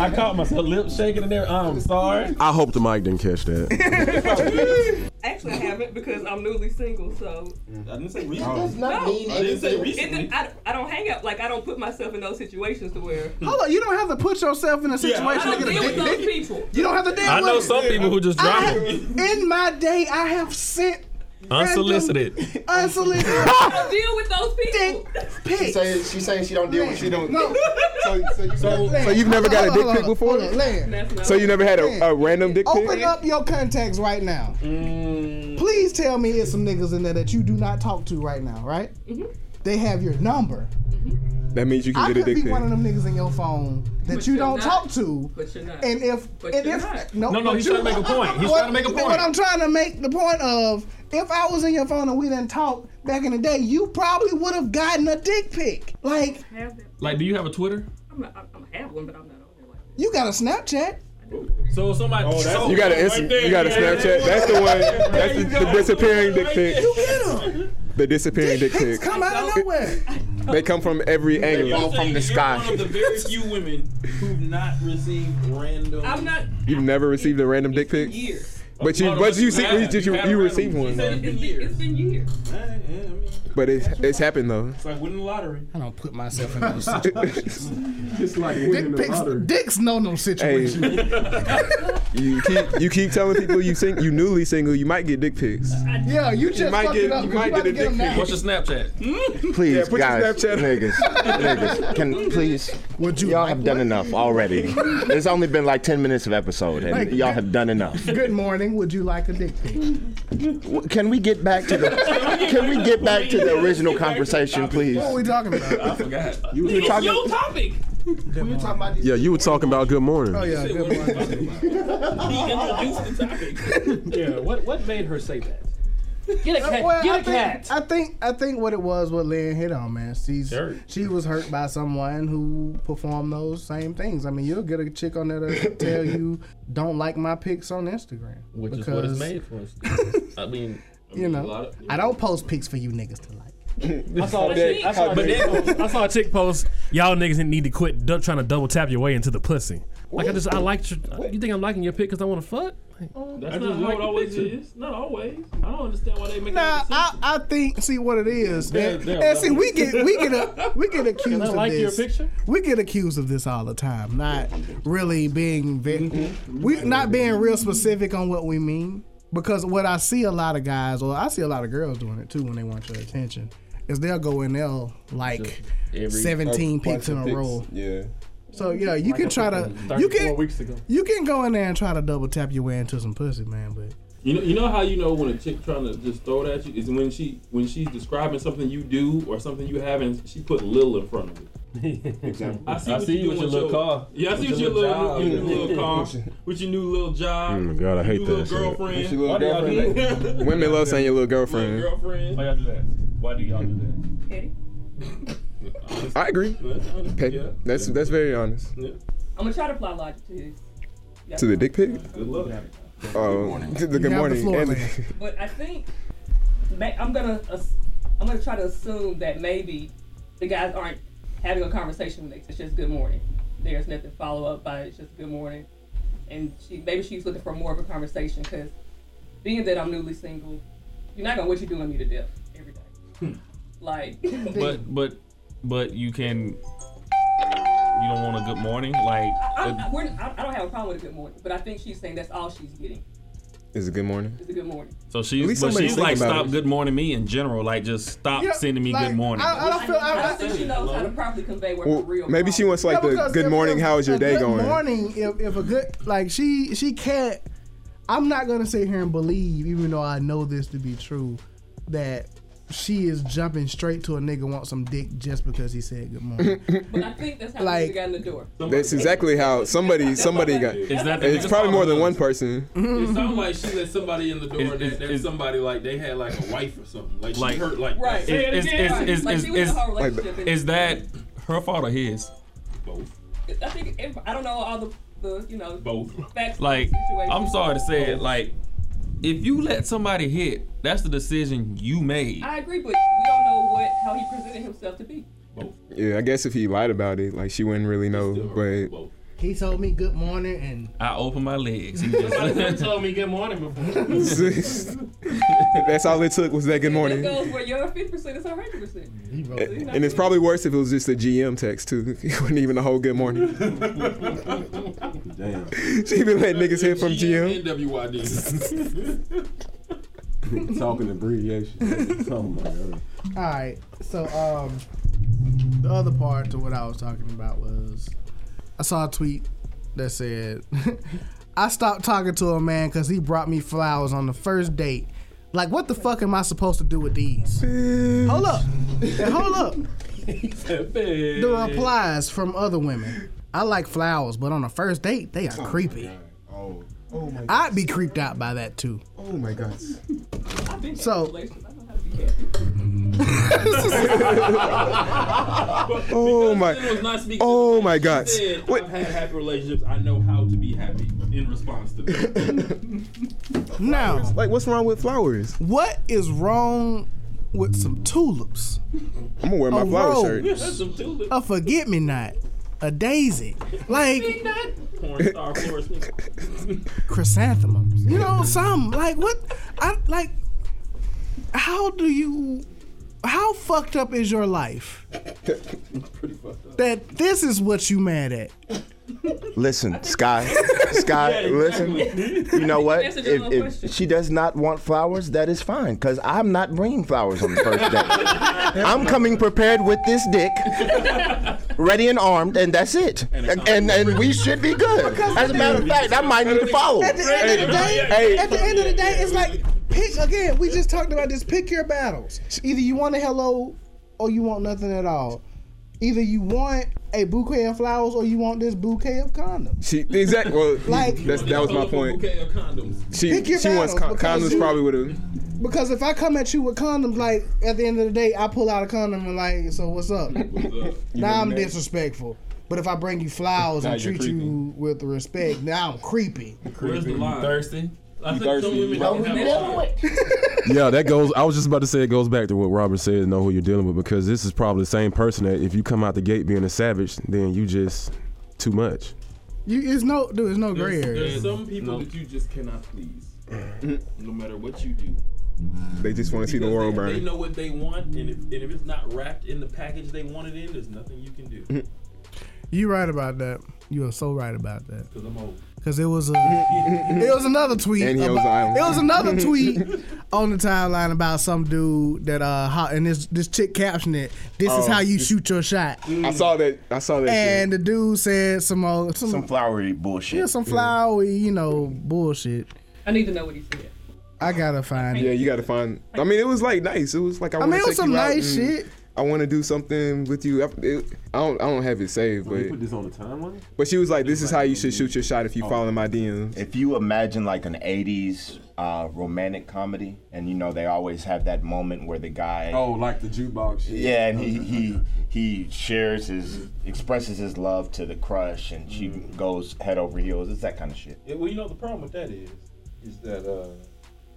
[SPEAKER 7] I caught myself lip shaking in there. I'm sorry.
[SPEAKER 8] I hope the mic didn't catch that.
[SPEAKER 9] Actually, I haven't because I'm newly single, so
[SPEAKER 7] I didn't say we.
[SPEAKER 1] That's not mean.
[SPEAKER 9] I
[SPEAKER 7] didn't say
[SPEAKER 9] it, didn't- I, I don't hang up. Like I don't put myself in those situations to where
[SPEAKER 3] Hold on, you don't have to put yourself in a
[SPEAKER 7] I
[SPEAKER 3] situation
[SPEAKER 9] I
[SPEAKER 3] to
[SPEAKER 9] don't
[SPEAKER 3] get a
[SPEAKER 9] deal with
[SPEAKER 3] dick
[SPEAKER 9] those
[SPEAKER 3] pic.
[SPEAKER 9] people.
[SPEAKER 3] You don't have to deal
[SPEAKER 7] I know
[SPEAKER 3] with
[SPEAKER 7] some
[SPEAKER 3] it.
[SPEAKER 7] people who just drop
[SPEAKER 3] I have-
[SPEAKER 7] it
[SPEAKER 3] in my day, I have sent
[SPEAKER 7] unsolicited.
[SPEAKER 3] random- unsolicited
[SPEAKER 9] I don't deal with those people.
[SPEAKER 3] dick pics.
[SPEAKER 1] Saying, she's saying she don't deal with. She don't.
[SPEAKER 3] No,
[SPEAKER 1] So, so you so,
[SPEAKER 2] So you've never got a dick pic before?
[SPEAKER 3] Land.
[SPEAKER 9] That's not-
[SPEAKER 2] So you never had a, a random dick pic?
[SPEAKER 3] Open up your contacts right now. Please tell me it's some niggas in there that you do not talk to right now, right?
[SPEAKER 9] Mm-hmm.
[SPEAKER 3] They have your number.
[SPEAKER 2] That means you
[SPEAKER 3] I
[SPEAKER 2] can get a
[SPEAKER 3] could be
[SPEAKER 2] dick pic.
[SPEAKER 3] one of them niggas in your phone that
[SPEAKER 9] But
[SPEAKER 3] you
[SPEAKER 9] you're
[SPEAKER 3] don't
[SPEAKER 9] not.
[SPEAKER 3] talk to.
[SPEAKER 9] But you're not.
[SPEAKER 3] And if
[SPEAKER 9] But
[SPEAKER 3] and
[SPEAKER 9] you're
[SPEAKER 3] if
[SPEAKER 9] not.
[SPEAKER 3] no,
[SPEAKER 7] No, no,
[SPEAKER 3] but
[SPEAKER 7] he's
[SPEAKER 3] you-
[SPEAKER 7] trying to make a point. He's
[SPEAKER 3] what,
[SPEAKER 7] trying to make a
[SPEAKER 3] then
[SPEAKER 7] point.
[SPEAKER 3] What I'm trying to make the point of, if I was in your phone and we didn't talk back in the day, you probably would have gotten a dick pic. Like
[SPEAKER 9] I have that.
[SPEAKER 7] Like, do you have a Twitter?
[SPEAKER 9] I'm, not, I'm, I'm have one, but I'm not on there like that.
[SPEAKER 3] you got a Snapchat.
[SPEAKER 7] So somebody. Oh, that's
[SPEAKER 2] You got an Insta- you got a Snapchat. That's the one. That's the, the disappearing dick pic.
[SPEAKER 3] You get them.
[SPEAKER 2] The disappearing dick
[SPEAKER 3] Pics
[SPEAKER 2] pic.
[SPEAKER 3] come out of nowhere.
[SPEAKER 2] They come from every
[SPEAKER 10] Fall
[SPEAKER 2] angle.
[SPEAKER 10] from the
[SPEAKER 7] One
[SPEAKER 10] sky.
[SPEAKER 7] of the very few women who've not received random.
[SPEAKER 9] I'm not.
[SPEAKER 2] You've never received a random dick pic,
[SPEAKER 9] Years.
[SPEAKER 2] but you but you see you, you, you, receive
[SPEAKER 7] It's
[SPEAKER 2] one.
[SPEAKER 9] It's
[SPEAKER 7] been
[SPEAKER 9] been, it's
[SPEAKER 7] years.
[SPEAKER 9] been years.
[SPEAKER 7] It's
[SPEAKER 2] But it's it's happened though.
[SPEAKER 7] like winning the lottery.
[SPEAKER 3] I don't put myself in those situations.
[SPEAKER 8] It's like
[SPEAKER 3] Dick pics, dicks know no
[SPEAKER 2] Hey,
[SPEAKER 3] situation.
[SPEAKER 2] you keep you keep telling people you sing you newly single you might get dick pics.
[SPEAKER 3] Yeah, you just
[SPEAKER 2] might
[SPEAKER 3] fucked
[SPEAKER 2] get-
[SPEAKER 3] it up.
[SPEAKER 2] you
[SPEAKER 3] 'cause
[SPEAKER 2] might
[SPEAKER 3] about
[SPEAKER 2] get
[SPEAKER 3] to
[SPEAKER 2] a
[SPEAKER 3] get
[SPEAKER 2] dick
[SPEAKER 3] them
[SPEAKER 2] pic.
[SPEAKER 3] now.
[SPEAKER 7] What's your Snapchat?
[SPEAKER 10] Please,
[SPEAKER 2] put your
[SPEAKER 10] guys,
[SPEAKER 2] Snapchat
[SPEAKER 10] niggas, niggas, can please?
[SPEAKER 3] Would you
[SPEAKER 10] y'all
[SPEAKER 3] like
[SPEAKER 10] have done enough already. It's only been like ten minutes of episode, and
[SPEAKER 3] Like-
[SPEAKER 10] y'all have done enough.
[SPEAKER 3] Good morning. Would you like a dick pic?
[SPEAKER 10] W- Can we get back to the? Can we get back to the original conversation, please?
[SPEAKER 3] What are we talking about?
[SPEAKER 7] Forgot.
[SPEAKER 10] You were talking.
[SPEAKER 9] Your topic.
[SPEAKER 8] Yeah, you were talking about good morning.
[SPEAKER 3] Oh yeah, good morning.
[SPEAKER 7] Yeah. What What made her say that?
[SPEAKER 12] Get a
[SPEAKER 3] Uh,
[SPEAKER 12] cat.
[SPEAKER 3] well,
[SPEAKER 12] Get
[SPEAKER 3] I
[SPEAKER 12] a
[SPEAKER 3] think,
[SPEAKER 12] cat.
[SPEAKER 3] I think I think what it was what Lynn hit on, man. She's she was hurt by someone who performed those same things. I mean, you'll get a chick on there to tell you don't like my pics on Instagram,
[SPEAKER 4] Which is what it's made for. I mean,
[SPEAKER 3] You know, I don't post pics for you niggas to like.
[SPEAKER 4] I saw that. I saw, but then, I saw a chick post. Y'all niggas need to quit du- trying to double tap your way into the pussy. Like I just, I liked your. You think I'm liking your pic because I want to fuck? Like,
[SPEAKER 7] That's
[SPEAKER 4] I
[SPEAKER 7] not
[SPEAKER 4] just
[SPEAKER 7] how
[SPEAKER 4] like the
[SPEAKER 7] it always
[SPEAKER 4] picture.
[SPEAKER 7] is. Not always. I don't understand why they make
[SPEAKER 3] Nah,
[SPEAKER 7] that
[SPEAKER 3] I, I think see what it is,
[SPEAKER 7] They're-
[SPEAKER 3] and,
[SPEAKER 7] they're
[SPEAKER 3] and see we
[SPEAKER 7] lovely.
[SPEAKER 3] get we get a, we get accused of
[SPEAKER 7] like
[SPEAKER 3] this.
[SPEAKER 7] your picture?
[SPEAKER 3] We get accused of this all the time, not really being very,
[SPEAKER 7] Mm-hmm.
[SPEAKER 3] we not being real specific on what we mean. Because what I see a lot of guys, or I see a lot of girls doing it too when they want your attention, is theyey'll go and they'll like seventeen pics in a row.
[SPEAKER 2] Yeah.
[SPEAKER 3] So yeah, you can try to you can you can go in there and try to double tap your way into some pussy, man. But
[SPEAKER 7] You know, you know how you know when a chick trying to just throw it at you is when she when she's describing something you do or something you have and she put little in front of it.
[SPEAKER 4] Exactly.
[SPEAKER 7] I
[SPEAKER 4] I
[SPEAKER 7] see what
[SPEAKER 4] see
[SPEAKER 7] you do
[SPEAKER 4] with
[SPEAKER 7] with
[SPEAKER 4] your little car.
[SPEAKER 7] Yeah, I see
[SPEAKER 4] With your
[SPEAKER 7] what your
[SPEAKER 4] little
[SPEAKER 7] little
[SPEAKER 4] job.
[SPEAKER 7] your little
[SPEAKER 4] Yeah.
[SPEAKER 7] car, with your new little job.
[SPEAKER 8] Oh my god, I hate
[SPEAKER 7] Your
[SPEAKER 8] that shit.
[SPEAKER 7] little girlfriend.
[SPEAKER 2] Your little
[SPEAKER 7] Why do y'all do
[SPEAKER 2] girlfriend.
[SPEAKER 7] that?
[SPEAKER 2] Women love saying your little girlfriend.
[SPEAKER 7] Little girlfriend. Why y'all do that? Why do y'all do that?
[SPEAKER 9] Eddie?
[SPEAKER 2] I agree. Okay, that's that's very honest.
[SPEAKER 9] I'm gonna try to apply logic to this. Yeah.
[SPEAKER 2] To the dick pic.
[SPEAKER 7] Good luck.
[SPEAKER 2] Oh, to the
[SPEAKER 9] You have
[SPEAKER 2] good
[SPEAKER 9] the
[SPEAKER 2] morning.
[SPEAKER 9] floor,
[SPEAKER 2] and-
[SPEAKER 9] man. But I think ma- I'm gonna ass- I'm gonna try to assume that maybe the guys aren't having a conversation with it. It's just good morning. There's nothing follow up by it. It's just good morning. And she maybe she's looking for more of a conversation because being that I'm newly single, you're not gonna what you doing me to death every day. Like,
[SPEAKER 7] Hmm. But but but you can. You don't want a good morning, like.
[SPEAKER 9] I, I,
[SPEAKER 7] uh,
[SPEAKER 9] we're, I, I don't have a problem with a good morning, but I think she's saying that's all she's getting
[SPEAKER 2] Is it good morning?
[SPEAKER 9] is a good morning.
[SPEAKER 7] So
[SPEAKER 2] At
[SPEAKER 7] she's
[SPEAKER 2] least
[SPEAKER 7] but
[SPEAKER 2] somebody
[SPEAKER 7] she's
[SPEAKER 2] think
[SPEAKER 7] like
[SPEAKER 2] about
[SPEAKER 7] stop
[SPEAKER 2] it.
[SPEAKER 7] good morning me in general, like just stop
[SPEAKER 3] Yeah,
[SPEAKER 7] sending me
[SPEAKER 3] like,
[SPEAKER 7] good morning.
[SPEAKER 3] I- I don't feel- I-
[SPEAKER 9] I
[SPEAKER 3] I-
[SPEAKER 9] don't think she knows how to properly convey what
[SPEAKER 2] Well,
[SPEAKER 9] the real.
[SPEAKER 2] maybe she wants like
[SPEAKER 3] Yeah,
[SPEAKER 2] the
[SPEAKER 3] because
[SPEAKER 2] good
[SPEAKER 3] if-
[SPEAKER 2] morning.
[SPEAKER 3] if
[SPEAKER 2] How is your
[SPEAKER 3] a
[SPEAKER 2] day
[SPEAKER 3] good
[SPEAKER 2] going?
[SPEAKER 3] Morning. If, if a good like she she can't. I'm not gonna sit here and believe, even though I know this to be true, that she is jumping straight to a nigga want some dick just because he said good morning.
[SPEAKER 9] But I think that's how
[SPEAKER 3] Like-
[SPEAKER 9] we got in the door.
[SPEAKER 2] That's exactly how somebody somebody got.
[SPEAKER 7] Is that the
[SPEAKER 2] It's
[SPEAKER 7] biggest
[SPEAKER 2] probably more
[SPEAKER 7] problem?
[SPEAKER 2] than one person.
[SPEAKER 7] It sounds like she let somebody in the door and that there's somebody like they had like a wife or something. Like,
[SPEAKER 4] Like-
[SPEAKER 7] she hurt like
[SPEAKER 4] Right.
[SPEAKER 7] Say it
[SPEAKER 4] Is-
[SPEAKER 7] again.
[SPEAKER 4] is- is- Like, she was in a is- whole
[SPEAKER 7] like,
[SPEAKER 9] relationship and-
[SPEAKER 7] is that her fault or his? Both.
[SPEAKER 9] I think if, I don't know all the, the you know
[SPEAKER 7] Both.
[SPEAKER 9] facts.
[SPEAKER 7] Like
[SPEAKER 9] of the situation.
[SPEAKER 7] I'm sorry to say it, like if you let somebody hit, that's the decision you made.
[SPEAKER 9] I agree, but we don't know what how he presented himself to be.
[SPEAKER 2] Yeah, I guess if he lied about it, like she wouldn't really know. But
[SPEAKER 3] he told me good morning and
[SPEAKER 7] I opened my legs. He
[SPEAKER 4] Somebody
[SPEAKER 7] just
[SPEAKER 4] told me good morning before.
[SPEAKER 2] that's all it took was that good
[SPEAKER 9] It
[SPEAKER 2] morning.
[SPEAKER 9] goes where your 50 percent is her 100 percent.
[SPEAKER 2] A- And it's probably worse if it was just a GM text too. It wasn't even a whole good morning.
[SPEAKER 8] Damn.
[SPEAKER 2] She been letting niggas hit from GM.
[SPEAKER 7] NWYD.
[SPEAKER 8] Talking abbreviations. oh my god.
[SPEAKER 3] All right. So um, the other part to what I was talking about was I saw a tweet that said I stopped talking to a man because he brought me flowers on the first date. Like, what the fuck am I supposed to do with these? Hold up. And hold up. The replies from other women. I like flowers, but on a first date, they are creepy.
[SPEAKER 1] Oh, oh my.
[SPEAKER 3] I'd be creeped out by that too.
[SPEAKER 1] Oh my God.
[SPEAKER 3] So
[SPEAKER 2] Oh my.
[SPEAKER 7] Sin was not speaking to
[SPEAKER 2] Oh
[SPEAKER 7] the
[SPEAKER 2] my
[SPEAKER 7] man. She
[SPEAKER 2] God.
[SPEAKER 7] said, I've had happy relationships. I know how to be happy in response to that.
[SPEAKER 3] Now,
[SPEAKER 2] like, what's wrong with flowers?
[SPEAKER 3] What is wrong with some tulips?
[SPEAKER 2] I'm gonna wear my
[SPEAKER 3] a
[SPEAKER 2] flower
[SPEAKER 3] rose,
[SPEAKER 2] shirt.
[SPEAKER 3] A forget me not, a daisy, like
[SPEAKER 7] Porn star Florence Nichols.
[SPEAKER 3] chrysanthemums. You know, some like what? I like. How do you? How fucked up is your life that this is what you mad at?
[SPEAKER 10] Listen, Sky, Sky, listen. You know what?
[SPEAKER 3] That's a
[SPEAKER 10] If,
[SPEAKER 3] general question.
[SPEAKER 10] if she does not want flowers, that is fine, because I'm not bringing flowers on the first date. I'm coming prepared with this dick, ready and armed, and that's it. And and, we should be good. As a matter of fact, I might need to follow.
[SPEAKER 3] At the end of the day, at the end of the day, it's like pick again. We just talked about this. Pick your battles. Either you want a hello, or you want nothing at all. Either you want a bouquet of flowers, or you want this bouquet of condoms.
[SPEAKER 2] She exactly. Well,
[SPEAKER 3] Like-
[SPEAKER 2] that's, that was my point.
[SPEAKER 7] Bouquet of condoms.
[SPEAKER 2] She
[SPEAKER 3] Pick your
[SPEAKER 2] she wants
[SPEAKER 3] battles
[SPEAKER 2] con-
[SPEAKER 3] because
[SPEAKER 2] condoms
[SPEAKER 3] you-
[SPEAKER 2] probably would have.
[SPEAKER 3] Because if I come at you with condoms, like at the end of the day, I pull out a condom and like, so what's up? now I'm
[SPEAKER 12] married.
[SPEAKER 3] disrespectful. But if I bring you flowers
[SPEAKER 12] Now
[SPEAKER 3] and
[SPEAKER 12] you're
[SPEAKER 3] treat you with respect, now I'm creepy.
[SPEAKER 12] Where's the line? thirsty? I
[SPEAKER 7] You
[SPEAKER 12] think some
[SPEAKER 7] thirsty,
[SPEAKER 12] women
[SPEAKER 7] bro.
[SPEAKER 12] don't have
[SPEAKER 7] We
[SPEAKER 12] that.
[SPEAKER 8] yeah, that goes. I was just about to say it goes back to what Robert said. Know who you're dealing with because this is probably the same person that if you come out the gate being a savage, then you just too much.
[SPEAKER 3] You it's no dude, it's no gray
[SPEAKER 12] There's,
[SPEAKER 3] area.
[SPEAKER 12] there's some people that you just cannot please, no matter what you do.
[SPEAKER 13] They just want to Mm-hmm. see the
[SPEAKER 12] Because
[SPEAKER 13] world
[SPEAKER 12] they, They
[SPEAKER 13] burn.
[SPEAKER 12] know what they want, and if, and if it's not wrapped in the package they want it in, there's nothing you can
[SPEAKER 13] Mm.
[SPEAKER 12] do.
[SPEAKER 3] You right about that. You are so right about that.
[SPEAKER 12] Because I'm old.
[SPEAKER 3] Cause it was a, it was another tweet.
[SPEAKER 12] And he owns
[SPEAKER 3] about-
[SPEAKER 12] the island.
[SPEAKER 3] It was another tweet on the timeline about some dude that uh, how, and this this chick captioned it. This is
[SPEAKER 2] Oh.
[SPEAKER 3] how you shoot your shot.
[SPEAKER 2] I
[SPEAKER 7] Mm.
[SPEAKER 2] saw that. I saw that.
[SPEAKER 3] And the dude said some old, some,
[SPEAKER 10] Some flowery bullshit.
[SPEAKER 3] yeah, some flowery, you know, bullshit.
[SPEAKER 9] I need to know what he said.
[SPEAKER 3] I gotta find
[SPEAKER 2] Yeah, you gotta find. I mean, it was like nice. It was like I,
[SPEAKER 3] I
[SPEAKER 2] want
[SPEAKER 3] mean, it
[SPEAKER 2] to
[SPEAKER 3] was
[SPEAKER 2] take
[SPEAKER 3] some
[SPEAKER 2] you out
[SPEAKER 3] nice
[SPEAKER 2] and
[SPEAKER 3] shit.
[SPEAKER 2] I want to do something with you. I, it- I don't. I don't have it saved, but
[SPEAKER 8] this on the timeline.
[SPEAKER 2] but she was like, "This is how you should shoot your shot if you follow my DMs."
[SPEAKER 10] If you imagine like an 80s uh, romantic comedy, and you know they always have that moment where the guy.
[SPEAKER 8] Oh, like the jukebox shit.
[SPEAKER 10] Yeah, and he,
[SPEAKER 3] Mm-hmm.
[SPEAKER 10] he he shares his expresses his love to the crush, and she
[SPEAKER 3] Mm-hmm.
[SPEAKER 10] goes head over heels. It's that kind of shit.
[SPEAKER 12] Yeah, well, you know the problem with that is, is that uh,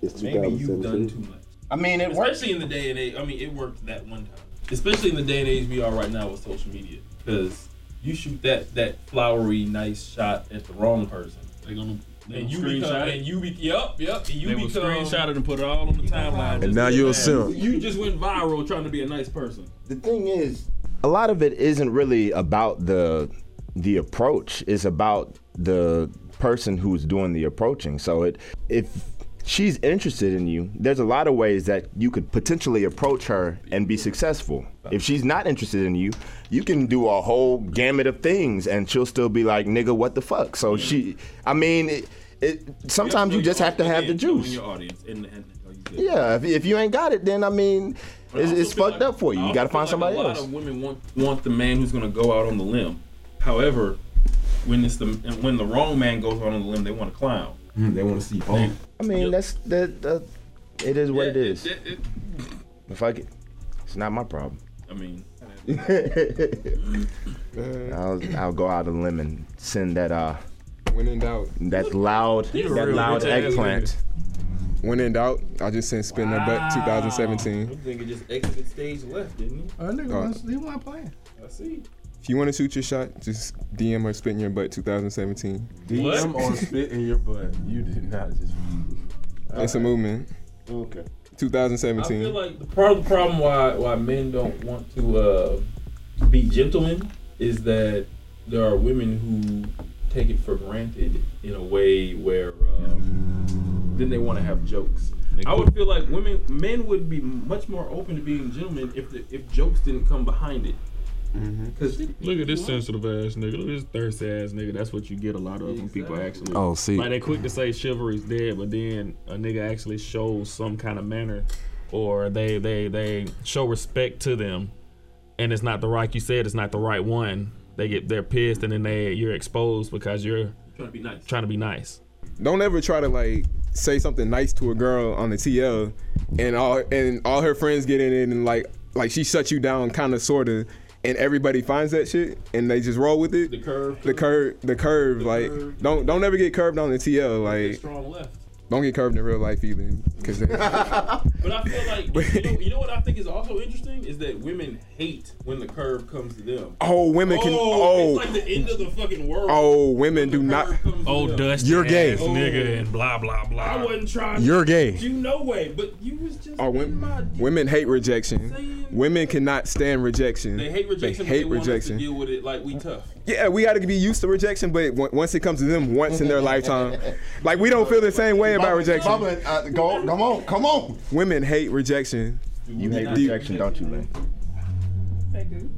[SPEAKER 10] It's
[SPEAKER 12] maybe you've done
[SPEAKER 10] 2017.
[SPEAKER 12] too much.
[SPEAKER 10] I mean, it works.
[SPEAKER 12] especially in the day and age. I mean, it worked that one time. Especially in the day and age we are right now with social media, because you shoot that that flowery nice shot at the wrong person. They gonna
[SPEAKER 7] they
[SPEAKER 12] and you
[SPEAKER 7] gonna
[SPEAKER 12] become
[SPEAKER 7] screenshot it?
[SPEAKER 12] and you be yep yep. And you
[SPEAKER 7] They will
[SPEAKER 12] become
[SPEAKER 7] screenshot it and put it all on the timeline.
[SPEAKER 8] And now you're a simp.
[SPEAKER 12] You just went viral trying to be a nice person.
[SPEAKER 10] The thing is, a lot of it isn't really about the the approach it's about the person who's doing the approaching so it if she's interested in you there's a lot of ways that you could potentially approach her and be successful if she's not interested in you you can do a whole gamut of things and she'll still be like nigga what the fuck so she i mean it, it sometimes you just have to have the
[SPEAKER 12] in
[SPEAKER 10] juice
[SPEAKER 12] your audience. And, and like you said.
[SPEAKER 10] yeah if, if you ain't got it then i mean it's, it's fucked up for you
[SPEAKER 12] I
[SPEAKER 10] you gotta
[SPEAKER 12] also
[SPEAKER 10] find
[SPEAKER 12] feel
[SPEAKER 10] somebody
[SPEAKER 12] like a lot
[SPEAKER 10] else
[SPEAKER 12] of women want want the man who's gonna go out on the limb. However, when it's the when the wrong man goes out on the limb, they want to clown.
[SPEAKER 8] Mm, They want to see both.
[SPEAKER 10] I mean, that's that. that it is what it is.
[SPEAKER 12] it- it-
[SPEAKER 10] Fuck it. It's not my problem.
[SPEAKER 12] I mean,
[SPEAKER 3] Uh,
[SPEAKER 10] I'll I'll go out on a limb and send that uh
[SPEAKER 2] When in doubt,
[SPEAKER 10] that loud
[SPEAKER 2] He's a
[SPEAKER 10] that
[SPEAKER 2] real
[SPEAKER 10] loud
[SPEAKER 2] rich-ass
[SPEAKER 10] eggplant.
[SPEAKER 2] When in doubt, I just sent spin her butt 2017.
[SPEAKER 12] That nigga just exited stage left, didn't he?
[SPEAKER 3] Oh, nigga,
[SPEAKER 2] Oh.
[SPEAKER 3] wants- he want playing.
[SPEAKER 12] I see.
[SPEAKER 2] If you want to shoot your shot, just DM her spit in your butt 2017.
[SPEAKER 8] DM or spit in your butt. You did not just.
[SPEAKER 2] It's a movement.
[SPEAKER 8] Okay.
[SPEAKER 12] I feel
[SPEAKER 2] 2017.
[SPEAKER 12] like the part of the problem why why men don't want to uh, be gentlemen is that there are women who take it for granted in a way where um, then they want to have jokes. I would feel like women, men would be much more open to being gentlemen if the, if jokes didn't come behind it. Cause
[SPEAKER 7] Look at this sensitive ass nigga. Look at this thirsty ass nigga. That's what you get a lot of when people actually.
[SPEAKER 8] Oh, see.
[SPEAKER 7] Like they quick to say chivalry's dead, but then a nigga actually shows some kind of manner, or they they they show respect to them, and it's not the right. You said it's not the right one. They get they're pissed, and then they you're exposed because you're
[SPEAKER 12] trying to be nice.
[SPEAKER 7] Trying to be nice.
[SPEAKER 2] Don't ever try to like say something nice to a girl on the TL, and all and all her friends get in it and like like she shuts you down, kind of sorta, and everybody finds that shit and they just roll with it. The
[SPEAKER 12] curve,
[SPEAKER 2] the curve, the curve. like don't don't ever get curved on the TL. Like
[SPEAKER 12] strong left.
[SPEAKER 2] don't get curved in real life either, cause that-
[SPEAKER 12] But I feel like you know, you know what I think is also interesting is that women hate when the curve comes to them.
[SPEAKER 2] oh women can oh
[SPEAKER 12] it's like the end of the fucking world.
[SPEAKER 2] oh women do not
[SPEAKER 7] oh dust
[SPEAKER 2] you're gay
[SPEAKER 12] Oh.
[SPEAKER 7] nigga and blah blah blah.
[SPEAKER 12] I wasn't trying.
[SPEAKER 2] You're gay.
[SPEAKER 12] You no way, but you was just.
[SPEAKER 2] Are women, women hate rejection. Women cannot stand rejection.
[SPEAKER 12] They hate rejection.
[SPEAKER 2] They hate
[SPEAKER 12] but they Want
[SPEAKER 2] rejection.
[SPEAKER 12] us to deal with it like we tough.
[SPEAKER 2] Yeah, we got to be used to rejection, but w- once it comes to them, once in their lifetime, like we don't feel the same way about rejection.
[SPEAKER 12] Bubba, uh,
[SPEAKER 2] go, come on, come on. Women hate rejection.
[SPEAKER 10] You hate rejection, don't you, man?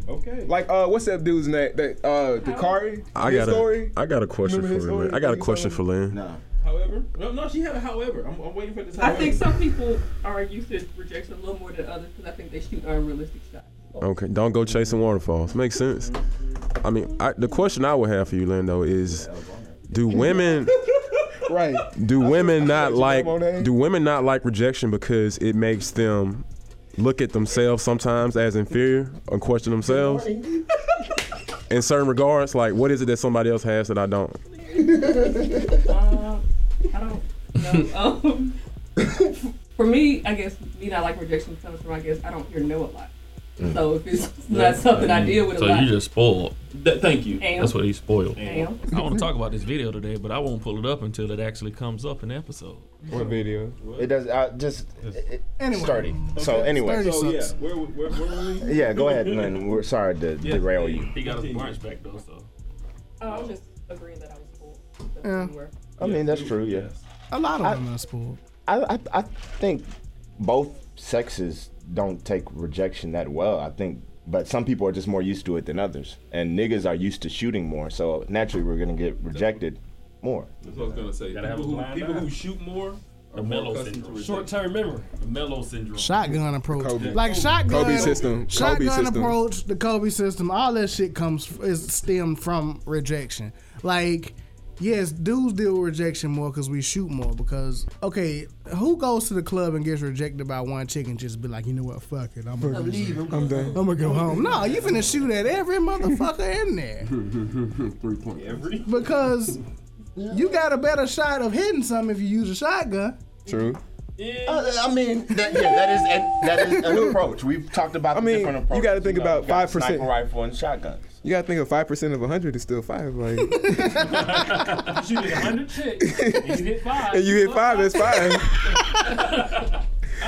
[SPEAKER 12] Okay.
[SPEAKER 2] Like, uh, what's that dude's name? That uh, Dakari.
[SPEAKER 8] I
[SPEAKER 2] His
[SPEAKER 8] got a,
[SPEAKER 2] story.
[SPEAKER 8] I got a question
[SPEAKER 2] Remember his
[SPEAKER 8] for Lynn.
[SPEAKER 2] story?
[SPEAKER 8] I got a question for Lynn.
[SPEAKER 12] However, no, no, she had a however. I'm, I'm waiting for this.
[SPEAKER 9] I
[SPEAKER 12] However.
[SPEAKER 9] think some people are used to rejection a little more than others because I think they shoot unrealistic shots.
[SPEAKER 8] Okay, don't go chasing waterfalls. Makes sense. I mean, I, the question I would have for you, Lando, is do women
[SPEAKER 2] right.
[SPEAKER 8] Do women not
[SPEAKER 2] you
[SPEAKER 8] like
[SPEAKER 2] know my name.
[SPEAKER 8] do women not like rejection because it makes them look at themselves sometimes as inferior and question themselves in certain regards? Like, what is it that somebody else has that I don't?
[SPEAKER 9] Um, I don't know. Um, for me, I guess me not like rejection comes from I guess I don't hear no a lot.
[SPEAKER 7] Mm.
[SPEAKER 9] So if it's not something I deal with a
[SPEAKER 7] So
[SPEAKER 9] lot,
[SPEAKER 7] you just spoiled. thank you.
[SPEAKER 9] Am.
[SPEAKER 7] That's what he spoiled.
[SPEAKER 9] Am.
[SPEAKER 7] I want to talk about this video today, but I won't pull it up until it actually comes up in the episode.
[SPEAKER 10] What
[SPEAKER 7] video?
[SPEAKER 10] It does. I just it, anyway. started. So
[SPEAKER 7] Okay.
[SPEAKER 10] anyway,
[SPEAKER 7] Sturdy So, yeah, sucks.
[SPEAKER 12] where, where, where were we?
[SPEAKER 10] yeah, go ahead, Lynn. We're sorry to
[SPEAKER 7] Yeah,
[SPEAKER 10] derail
[SPEAKER 7] he-
[SPEAKER 10] you.
[SPEAKER 7] He got his brunch back though, so.
[SPEAKER 9] oh, I was just agreeing that I was cool. That's
[SPEAKER 3] Yeah.
[SPEAKER 9] what you were.
[SPEAKER 10] I mean, that's true. Yeah,
[SPEAKER 3] A lot of
[SPEAKER 10] I-
[SPEAKER 3] women are spoiled.
[SPEAKER 10] I, I I think both sexes don't take rejection that well. I think, but some people are just more used to it than others, and niggas are used to shooting more. So naturally, we're gonna get rejected more.
[SPEAKER 12] That's what I was gonna say.
[SPEAKER 7] Gotta
[SPEAKER 12] People
[SPEAKER 7] have a
[SPEAKER 12] who,
[SPEAKER 7] blind
[SPEAKER 12] people
[SPEAKER 7] eye.
[SPEAKER 12] who shoot more
[SPEAKER 7] The
[SPEAKER 12] are
[SPEAKER 7] mellow
[SPEAKER 12] more accustomed to
[SPEAKER 7] syndrome.
[SPEAKER 12] rejection.
[SPEAKER 4] Short-term memory.
[SPEAKER 7] The mellow syndrome.
[SPEAKER 3] Shotgun approach,
[SPEAKER 12] Kobe.
[SPEAKER 3] like
[SPEAKER 12] Kobe.
[SPEAKER 3] shotgun
[SPEAKER 12] Kobe system. Kobe
[SPEAKER 3] Shotgun
[SPEAKER 12] system.
[SPEAKER 3] approach, the Kobe system, all that shit comes is stemmed from rejection. Like, yes, dudes deal with rejection more because we shoot more. Because okay, who goes to the club and gets rejected by one chick and just be like, you know what, fuck it, I'm gonna
[SPEAKER 14] I'm leaving.
[SPEAKER 3] I'm done. I'm gonna go home. No, you finna shoot at every motherfucker in there
[SPEAKER 12] Three point.
[SPEAKER 3] because you got a better shot of hitting something if you use a shotgun.
[SPEAKER 2] True.
[SPEAKER 10] Uh, I mean, that, yeah, that is an, that is an approach. We've talked about
[SPEAKER 2] I
[SPEAKER 10] the
[SPEAKER 2] mean,
[SPEAKER 10] different
[SPEAKER 2] you
[SPEAKER 10] approaches.
[SPEAKER 2] gotta think
[SPEAKER 10] know,
[SPEAKER 2] about
[SPEAKER 10] we got
[SPEAKER 2] 5%.
[SPEAKER 10] sniper rifle and shotgun.
[SPEAKER 2] You gotta think of five percent of hundred is still five. Like,
[SPEAKER 4] You shoot 100 chicks, and you hit five.
[SPEAKER 2] and you hit five, that's five.
[SPEAKER 4] I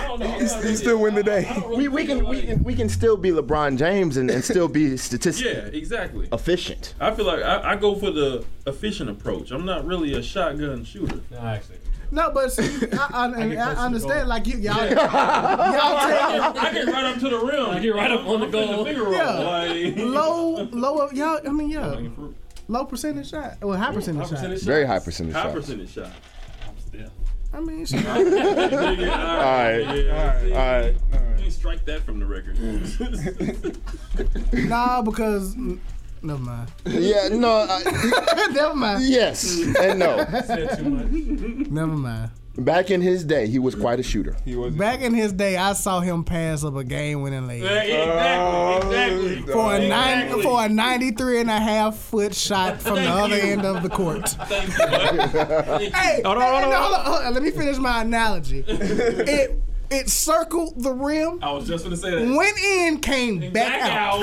[SPEAKER 4] don't know.
[SPEAKER 2] You, s- you still win the day.
[SPEAKER 10] We, we can we can we can still be LeBron James and, and still be statistically
[SPEAKER 12] Yeah, exactly.
[SPEAKER 10] efficient.
[SPEAKER 12] I feel like I, I go for the efficient approach. I'm not really a shotgun shooter. No,
[SPEAKER 4] actually.
[SPEAKER 3] No, but see, I, I, and I, understand. Like you, y'all, y'all
[SPEAKER 12] I get right up to the rim. I
[SPEAKER 4] get right up on the goal.
[SPEAKER 12] Figure
[SPEAKER 3] Yeah.
[SPEAKER 12] Like,
[SPEAKER 3] tell low, low. Y'all, I mean, yeah, low percentage shot. Well, high percentage shot.
[SPEAKER 10] Very high percentage
[SPEAKER 12] High
[SPEAKER 10] shots.
[SPEAKER 12] percentage shot.
[SPEAKER 3] I mean,
[SPEAKER 12] All
[SPEAKER 3] shit.
[SPEAKER 10] right. All right.
[SPEAKER 12] You can strike that from the record.
[SPEAKER 3] nah, because mm, never mind.
[SPEAKER 10] Yeah, no.
[SPEAKER 3] never mind.
[SPEAKER 10] Yes and no.
[SPEAKER 12] Said too much.
[SPEAKER 3] Never mind.
[SPEAKER 10] Back in his day, he was quite a shooter.
[SPEAKER 2] He was.
[SPEAKER 3] Back in his day, I saw him pass up a game-winning layup.
[SPEAKER 10] Oh,
[SPEAKER 12] Exactly. Exactly.
[SPEAKER 3] For a, nine,
[SPEAKER 12] Exactly.
[SPEAKER 3] for a 93 and a half foot shot from the other end of the court. hey,
[SPEAKER 12] Hold on,
[SPEAKER 3] hey,
[SPEAKER 12] hold on,
[SPEAKER 3] no,
[SPEAKER 12] hold on.
[SPEAKER 3] hold on, let me finish my analogy. it it circled the rim,
[SPEAKER 12] I was just gonna say that.
[SPEAKER 3] went in, came back, out.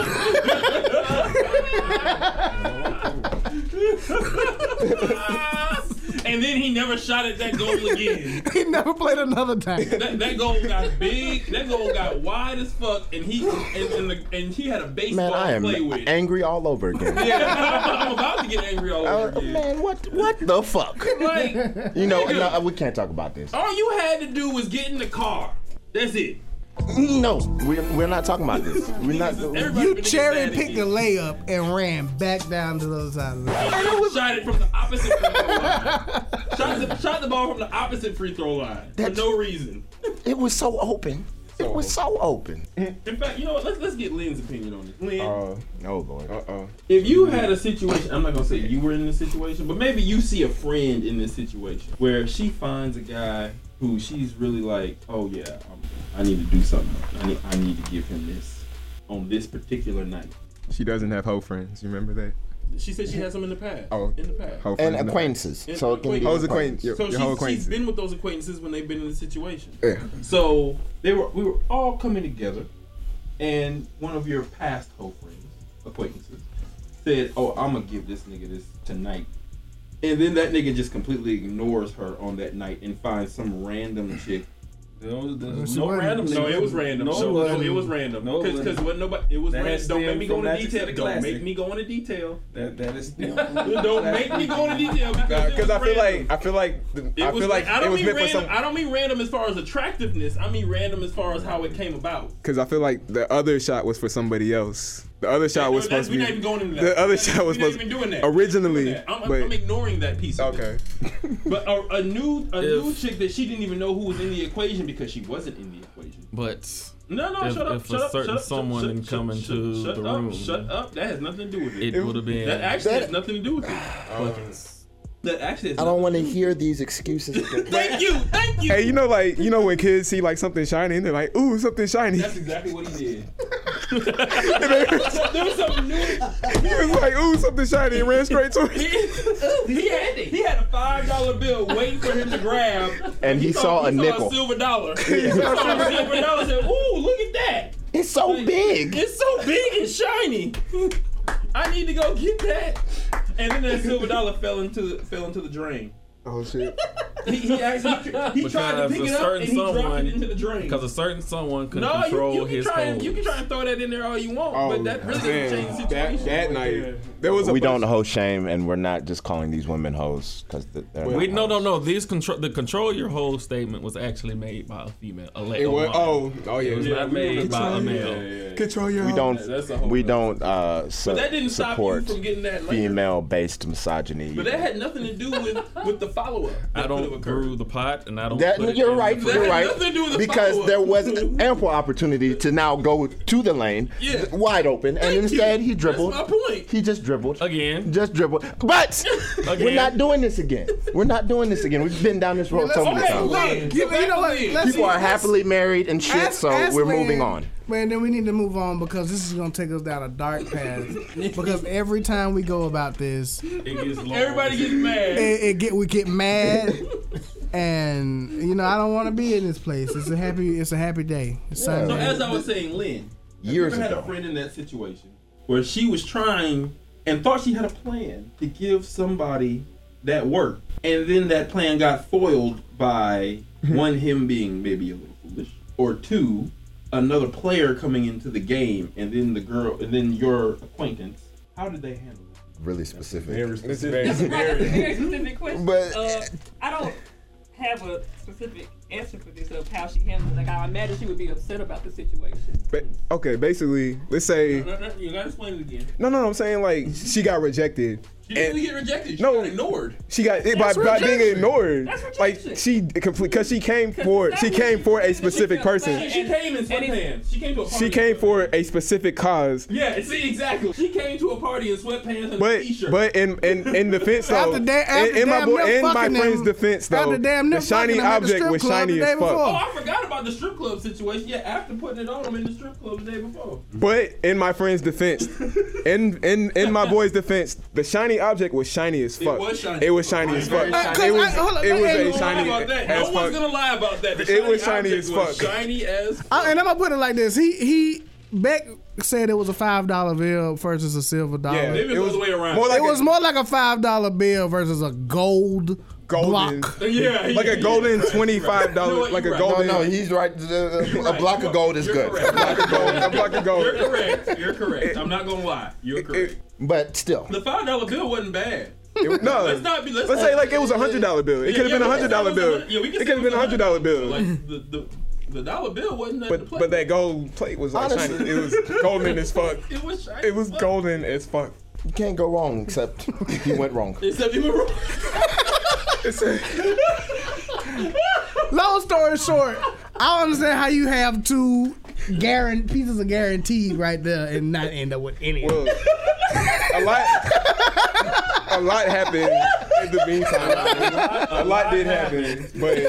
[SPEAKER 12] and then he never shot at that goal again.
[SPEAKER 3] he never played another time.
[SPEAKER 12] That, that goal got big. That goal got wide as fuck, and he and and, the, and he had a baseball
[SPEAKER 10] Man, I
[SPEAKER 12] to
[SPEAKER 10] am
[SPEAKER 12] play with.
[SPEAKER 10] angry all over again.
[SPEAKER 12] Yeah, I'm about to get angry all over
[SPEAKER 10] Uh,
[SPEAKER 12] again.
[SPEAKER 10] man, what what the fuck?
[SPEAKER 12] Like,
[SPEAKER 10] You know,
[SPEAKER 12] nigga,
[SPEAKER 10] no, we can't talk about this.
[SPEAKER 12] all you had to do was get in the car. That's it.
[SPEAKER 10] No, we're, we're not talking about this. We're not.
[SPEAKER 3] You cherry picked the layup and ran back down to the other side of the
[SPEAKER 12] And it was shot it from the opposite free throw line. Shot the, shot the ball from the opposite free throw line for no reason.
[SPEAKER 10] It was so open. It was so open.
[SPEAKER 12] In fact, you know what? Let's let's get Lynn's opinion on this. Lynn,
[SPEAKER 10] Oh lord. Uh oh.
[SPEAKER 12] If you had a situation, I'm not gonna say you were in this situation, but maybe you see a friend in this situation where she finds a guy who she's really like, oh yeah, i I need to do something. I need, I need to give him this on this particular night.
[SPEAKER 2] She doesn't have hoe friends. You remember that?
[SPEAKER 12] She said she had some in the past.
[SPEAKER 2] Oh,
[SPEAKER 12] in the past.
[SPEAKER 2] hoe friends in the-
[SPEAKER 12] And
[SPEAKER 2] Hoes acquaintance. Your,
[SPEAKER 12] so
[SPEAKER 2] your
[SPEAKER 12] she's,
[SPEAKER 2] whole
[SPEAKER 12] she's
[SPEAKER 2] acquaintance.
[SPEAKER 12] been with those acquaintances when they've been in the situation.
[SPEAKER 2] Yeah.
[SPEAKER 12] So they were we were all coming together, and one of your past hoe friends, acquaintances, said, "Oh, I'm gonna give this nigga this tonight," and then that nigga just completely ignores her on that night and finds some random chick. No,
[SPEAKER 7] she wasn't. She
[SPEAKER 12] No, it was
[SPEAKER 7] wasn't.
[SPEAKER 12] random.
[SPEAKER 7] No,
[SPEAKER 12] No,
[SPEAKER 7] it
[SPEAKER 12] no,
[SPEAKER 7] wasn't.
[SPEAKER 12] it was random.
[SPEAKER 7] No, it
[SPEAKER 12] because
[SPEAKER 7] wasn't.
[SPEAKER 12] because what nobody. It was
[SPEAKER 7] That
[SPEAKER 12] random. Don't make
[SPEAKER 7] stemmed
[SPEAKER 12] me go
[SPEAKER 7] from
[SPEAKER 12] into
[SPEAKER 7] Magic
[SPEAKER 12] detail.
[SPEAKER 7] the
[SPEAKER 12] Don't
[SPEAKER 7] Classic.
[SPEAKER 12] make me go into detail.
[SPEAKER 7] That, that is
[SPEAKER 12] Don't make me go into detail because it was
[SPEAKER 2] Because I feel
[SPEAKER 12] random.
[SPEAKER 2] like I feel like the,
[SPEAKER 12] It
[SPEAKER 2] I
[SPEAKER 12] was
[SPEAKER 2] feel like
[SPEAKER 12] ra- I
[SPEAKER 2] it
[SPEAKER 12] don't
[SPEAKER 2] was
[SPEAKER 12] mean
[SPEAKER 2] meant for
[SPEAKER 12] random.
[SPEAKER 2] some.
[SPEAKER 12] I don't mean random as far as attractiveness. I mean random as far as how it came about.
[SPEAKER 2] Because I feel like the other shot was for somebody else. The other shot was
[SPEAKER 12] that's-
[SPEAKER 2] supposed to
[SPEAKER 12] we
[SPEAKER 2] be.
[SPEAKER 12] not even going into that.
[SPEAKER 2] The other
[SPEAKER 12] That's-
[SPEAKER 2] shot was
[SPEAKER 12] we not
[SPEAKER 2] supposed
[SPEAKER 12] even doing that.
[SPEAKER 2] originally,
[SPEAKER 12] I'm, I'm-
[SPEAKER 2] but
[SPEAKER 12] I'm ignoring that piece. Of okay. But a, a new a new chick that she didn't even know who was in the equation because she wasn't in the equation.
[SPEAKER 7] But
[SPEAKER 12] No, no,
[SPEAKER 7] if,
[SPEAKER 12] shut up,
[SPEAKER 7] If
[SPEAKER 12] shut
[SPEAKER 7] a
[SPEAKER 12] up,
[SPEAKER 7] certain
[SPEAKER 12] shut up, shut-
[SPEAKER 7] someone
[SPEAKER 12] shut-
[SPEAKER 7] had
[SPEAKER 12] shut-
[SPEAKER 7] come
[SPEAKER 12] shut-
[SPEAKER 7] into
[SPEAKER 12] shut
[SPEAKER 7] the
[SPEAKER 12] up,
[SPEAKER 7] room,
[SPEAKER 12] Shut up. That has nothing to do with it.
[SPEAKER 7] It would've been-
[SPEAKER 12] That actually
[SPEAKER 7] That-
[SPEAKER 2] Um,
[SPEAKER 12] has nothing to do with it.
[SPEAKER 7] But
[SPEAKER 12] That actually,
[SPEAKER 10] I don't want to hear these excuses.
[SPEAKER 12] Thank you, thank
[SPEAKER 2] Hey, you know, like you know when kids see like something shiny, and they're like, "Ooh, something shiny."
[SPEAKER 12] That's exactly what he did.
[SPEAKER 2] there
[SPEAKER 12] was something new.
[SPEAKER 2] He was like, "Ooh, something shiny," and ran straight to it.
[SPEAKER 12] he, had, he had a five dollar bill waiting for him to grab,
[SPEAKER 10] And he saw a nickel.
[SPEAKER 12] silver dollar.
[SPEAKER 10] He
[SPEAKER 12] he
[SPEAKER 10] saw
[SPEAKER 12] saw
[SPEAKER 10] a
[SPEAKER 12] a
[SPEAKER 10] silver-
[SPEAKER 12] silver dollar. and Said, "Ooh, look at that!
[SPEAKER 10] It's so big.
[SPEAKER 12] It's so big and shiny. I need to go get that." And then that silver dollar fell into fell into the drain.
[SPEAKER 2] Oh shit!
[SPEAKER 12] He, he actually he, tried to
[SPEAKER 7] Because
[SPEAKER 12] pick
[SPEAKER 7] a
[SPEAKER 12] it up
[SPEAKER 7] certain
[SPEAKER 12] and he dropped
[SPEAKER 7] someone-
[SPEAKER 12] it into the drain.
[SPEAKER 7] Because a certain someone could
[SPEAKER 12] No,
[SPEAKER 7] control
[SPEAKER 12] you, you can
[SPEAKER 7] his
[SPEAKER 12] try and,
[SPEAKER 7] hole.
[SPEAKER 12] you can try and throw that in there all you want, but that really
[SPEAKER 2] man.
[SPEAKER 12] doesn't change the situation.
[SPEAKER 2] Oh, That, that night, there was a
[SPEAKER 10] we
[SPEAKER 2] bunch-
[SPEAKER 10] don't hoe shame, and we're not just calling these women hoes because they're
[SPEAKER 7] We no no no. These control the control your whole statement was actually made by a female. A la-
[SPEAKER 2] It
[SPEAKER 7] a
[SPEAKER 2] was-
[SPEAKER 7] woman.
[SPEAKER 2] oh, oh, yeah.
[SPEAKER 7] It was
[SPEAKER 2] Yeah,
[SPEAKER 7] not
[SPEAKER 2] we
[SPEAKER 7] made by
[SPEAKER 2] control-
[SPEAKER 7] a
[SPEAKER 2] yeah,
[SPEAKER 7] male.
[SPEAKER 2] yeah, yeah. Control your
[SPEAKER 10] we
[SPEAKER 2] hoe.
[SPEAKER 10] don't
[SPEAKER 12] That's a whole
[SPEAKER 10] we don't uh, su-
[SPEAKER 12] that didn't stop you
[SPEAKER 10] support
[SPEAKER 12] from getting that later.
[SPEAKER 10] female-based misogyny.
[SPEAKER 12] But that had nothing to do with, with the follow up.
[SPEAKER 7] I don't brew the pot, and I don't. put
[SPEAKER 10] That,
[SPEAKER 7] it
[SPEAKER 10] you're
[SPEAKER 7] in
[SPEAKER 10] right.
[SPEAKER 7] the-
[SPEAKER 10] You're right.
[SPEAKER 12] nothing to do with the
[SPEAKER 10] Because
[SPEAKER 12] follow-up.
[SPEAKER 10] there was ample opportunity to now go to the lane, th- wide open, and instead he dribbled.
[SPEAKER 12] That's my point.
[SPEAKER 10] He just dribbled
[SPEAKER 7] again.
[SPEAKER 10] Just dribbled. But we're
[SPEAKER 12] Again.
[SPEAKER 10] not doing this again. We're not doing this again. We've been down this road so many times.
[SPEAKER 3] You, you know what? Let's-
[SPEAKER 10] People are
[SPEAKER 3] let's-
[SPEAKER 10] happily married and shit,
[SPEAKER 3] Ask-
[SPEAKER 10] so
[SPEAKER 3] ask
[SPEAKER 10] we're
[SPEAKER 3] Lynn-
[SPEAKER 10] moving on.
[SPEAKER 3] Man, then we need to move on because this is gonna take us down a dark path. because every time we go about this,
[SPEAKER 7] It gets long.
[SPEAKER 12] Everybody gets mad.
[SPEAKER 3] it, it get we get mad, and you know I don't want to be in this place. It's a happy, it's a happy day. It's
[SPEAKER 12] So
[SPEAKER 3] Sunday.
[SPEAKER 12] as I was saying, Lynn,
[SPEAKER 3] Years
[SPEAKER 12] have you ever
[SPEAKER 3] ago.
[SPEAKER 12] had a friend in that situation where she was trying and thought she had a plan to give somebody that work, and then that plan got foiled by one him being maybe a little foolish, or two, another player coming into the game, and then the girl, and then your acquaintance. How did they handle it?
[SPEAKER 10] Really specific.
[SPEAKER 9] That's a right, that's a very specific question.
[SPEAKER 10] But-
[SPEAKER 9] uh, I don't have a specific answer for this of how she handled it. Like I imagine she would be upset about the situation.
[SPEAKER 2] Ba- okay, basically, let's say
[SPEAKER 12] No, no, you gotta explain it again.
[SPEAKER 2] no, no. no I'm saying like she got rejected.
[SPEAKER 12] She didn't really get rejected. She got ignored.
[SPEAKER 2] She got it by,
[SPEAKER 12] That's
[SPEAKER 2] by being
[SPEAKER 12] rejection.
[SPEAKER 2] ignored.
[SPEAKER 12] That's
[SPEAKER 2] Like she complete because she came for she came for a specific person.
[SPEAKER 12] She came in sweatpants. She came to a party.
[SPEAKER 2] She came for a specific cause.
[SPEAKER 12] Yeah, see, exactly. She came to a party in sweatpants and a
[SPEAKER 2] But
[SPEAKER 12] t-shirt.
[SPEAKER 2] but in in in defense though,
[SPEAKER 12] After da- after
[SPEAKER 2] in, in my
[SPEAKER 12] damn
[SPEAKER 2] boy,
[SPEAKER 12] near
[SPEAKER 2] in my
[SPEAKER 12] fucking him.
[SPEAKER 2] friend's defense though,
[SPEAKER 12] After damn
[SPEAKER 2] the
[SPEAKER 12] near fucking
[SPEAKER 2] shiny
[SPEAKER 12] him at the
[SPEAKER 2] object
[SPEAKER 12] strip
[SPEAKER 2] was
[SPEAKER 12] club
[SPEAKER 2] shiny
[SPEAKER 12] the
[SPEAKER 2] as
[SPEAKER 12] day
[SPEAKER 2] fuck.
[SPEAKER 12] Oh, I forgot about the strip club situation. Yeah, after putting it on him in the strip club the day before.
[SPEAKER 2] But in my friend's defense, in in in my boy's defense, the shiny object was shiny as fuck.
[SPEAKER 12] was shiny.
[SPEAKER 2] It was shiny as fuck.
[SPEAKER 12] Very shiny.
[SPEAKER 2] It was
[SPEAKER 12] Uh, 'cause I- hold on,
[SPEAKER 2] it was
[SPEAKER 12] ain't
[SPEAKER 2] a
[SPEAKER 12] gonna lie
[SPEAKER 2] shiny
[SPEAKER 12] about that.
[SPEAKER 2] as
[SPEAKER 12] No one's
[SPEAKER 2] fuck.
[SPEAKER 12] gonna lie about that. The
[SPEAKER 2] It was
[SPEAKER 12] shiny
[SPEAKER 2] shiny as
[SPEAKER 12] object was
[SPEAKER 2] fuck.
[SPEAKER 12] shiny as
[SPEAKER 3] I, and I'm gonna put it like this. He he Beck said it was a five dollar bill versus a silver dollar.
[SPEAKER 12] Yeah, maybe it was the other way around. more like
[SPEAKER 3] it
[SPEAKER 12] a-
[SPEAKER 3] was more like a five dollar bill versus a gold golden, block.
[SPEAKER 12] Yeah,
[SPEAKER 2] like a golden twenty five
[SPEAKER 3] You know
[SPEAKER 2] dollars,
[SPEAKER 3] what,
[SPEAKER 2] like
[SPEAKER 3] you're
[SPEAKER 2] a
[SPEAKER 3] right.
[SPEAKER 2] golden.
[SPEAKER 3] No, no,
[SPEAKER 10] he's right. A block of gold is good.
[SPEAKER 2] A block of gold.
[SPEAKER 12] You're correct. You're correct. I'm not gonna lie. You're correct.
[SPEAKER 10] But still,
[SPEAKER 12] The five dollar bill wasn't bad.
[SPEAKER 2] no,
[SPEAKER 12] Let's not be. Let's,
[SPEAKER 2] Let's say like it was a hundred dollar bill. It
[SPEAKER 12] Yeah,
[SPEAKER 2] could have
[SPEAKER 12] yeah,
[SPEAKER 2] been a
[SPEAKER 12] we
[SPEAKER 2] hundred
[SPEAKER 12] can
[SPEAKER 2] dollar
[SPEAKER 12] say it was
[SPEAKER 2] bill.
[SPEAKER 12] a hun- yeah, we
[SPEAKER 2] It
[SPEAKER 12] can say
[SPEAKER 2] could
[SPEAKER 12] it
[SPEAKER 2] have
[SPEAKER 12] was
[SPEAKER 2] been
[SPEAKER 12] a
[SPEAKER 2] a hundred dollar bill.
[SPEAKER 12] the, the the dollar bill wasn't nothing to
[SPEAKER 2] But
[SPEAKER 12] play.
[SPEAKER 2] but that gold plate was like
[SPEAKER 10] Honestly.
[SPEAKER 2] shiny. It was golden as fuck.
[SPEAKER 12] It was shiny.
[SPEAKER 2] It was golden as fuck.
[SPEAKER 10] you can't go wrong except he went wrong.
[SPEAKER 12] Except you were wrong.
[SPEAKER 3] Long story short, I don't understand how you have two guaran- pieces of guarantee right there Uh, and not end up with any. of
[SPEAKER 2] it. a lot, a lot happened in the meantime. A lot did happen, but
[SPEAKER 7] a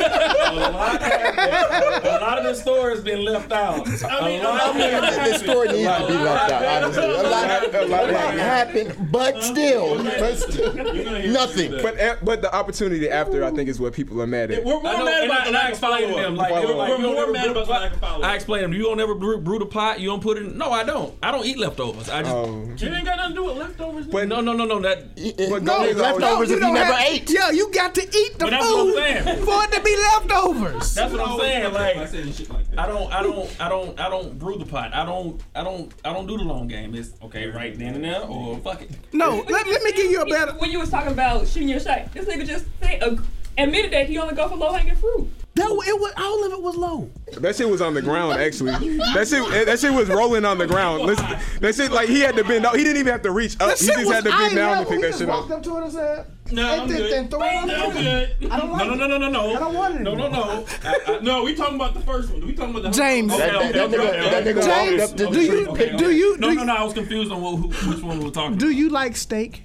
[SPEAKER 7] lot of the story's been left out. I mean,
[SPEAKER 10] The story needs to be left out. Honestly, a lot, a lot happened, but still, but still, nothing.
[SPEAKER 2] but a- but the opportunity after I think is what people are mad at.
[SPEAKER 12] We're, we're mad about the lack of follow
[SPEAKER 7] Them.
[SPEAKER 12] up.
[SPEAKER 7] Like,
[SPEAKER 2] Follow
[SPEAKER 7] we're,
[SPEAKER 2] up.
[SPEAKER 7] we're
[SPEAKER 2] You don't
[SPEAKER 7] more
[SPEAKER 2] ever
[SPEAKER 7] mad about the lack of follow up. I explained them. You don't ever brew, brew the pot. You don't put it. in. No, I don't. I don't eat leftovers. I just.
[SPEAKER 12] You ain't got nothing to do with leftovers.
[SPEAKER 7] But no, no, no, no. That.
[SPEAKER 2] But No, gold is always- leftovers if you
[SPEAKER 3] don't
[SPEAKER 2] never
[SPEAKER 3] have-
[SPEAKER 2] ate.
[SPEAKER 3] Yeah, you got to eat the
[SPEAKER 7] But that's what I'm
[SPEAKER 3] food
[SPEAKER 7] saying.
[SPEAKER 3] for it to be leftovers.
[SPEAKER 7] That's what I'm saying. Like, I don't, I don't, I don't, I don't brew the pot. I don't, I don't, I don't do the long game. It's okay right then and there, or fuck it.
[SPEAKER 3] No, let, let me give you a better.
[SPEAKER 9] When you was talking about shooting your shot, this nigga just said, uh, admitted that he only go for low hanging fruit.
[SPEAKER 3] That it was all of it was low.
[SPEAKER 2] That shit was on the ground actually. That shit eh, that shit was rolling on the ground. Listen, that shit like he had to bend out. He didn't even have to reach up.
[SPEAKER 3] That
[SPEAKER 2] He
[SPEAKER 3] shit
[SPEAKER 2] Oh, just had to
[SPEAKER 3] was
[SPEAKER 2] bend
[SPEAKER 3] eye
[SPEAKER 2] down to
[SPEAKER 3] level.
[SPEAKER 2] pick
[SPEAKER 3] He
[SPEAKER 2] that
[SPEAKER 3] just
[SPEAKER 2] shit
[SPEAKER 3] walked
[SPEAKER 2] up.
[SPEAKER 3] up to it and said,
[SPEAKER 12] No,
[SPEAKER 3] and
[SPEAKER 12] I'm
[SPEAKER 3] then-
[SPEAKER 12] good.
[SPEAKER 3] then throw it on the
[SPEAKER 12] I'm
[SPEAKER 3] ground.
[SPEAKER 12] good.
[SPEAKER 3] I don't like
[SPEAKER 12] no, no, no, no, no, no. I don't want it. No, no, no. I, I, no, we talking about the first one. We talking about the
[SPEAKER 3] James.
[SPEAKER 12] Okay,
[SPEAKER 3] That-
[SPEAKER 12] okay,
[SPEAKER 3] that- that
[SPEAKER 12] okay,
[SPEAKER 3] nigga-
[SPEAKER 12] okay.
[SPEAKER 3] that nigga James, walked up to the do you- tree. do you-
[SPEAKER 7] No,
[SPEAKER 3] do
[SPEAKER 7] no, no. I was confused on what, who, which one we were talking.
[SPEAKER 3] Do you like steak?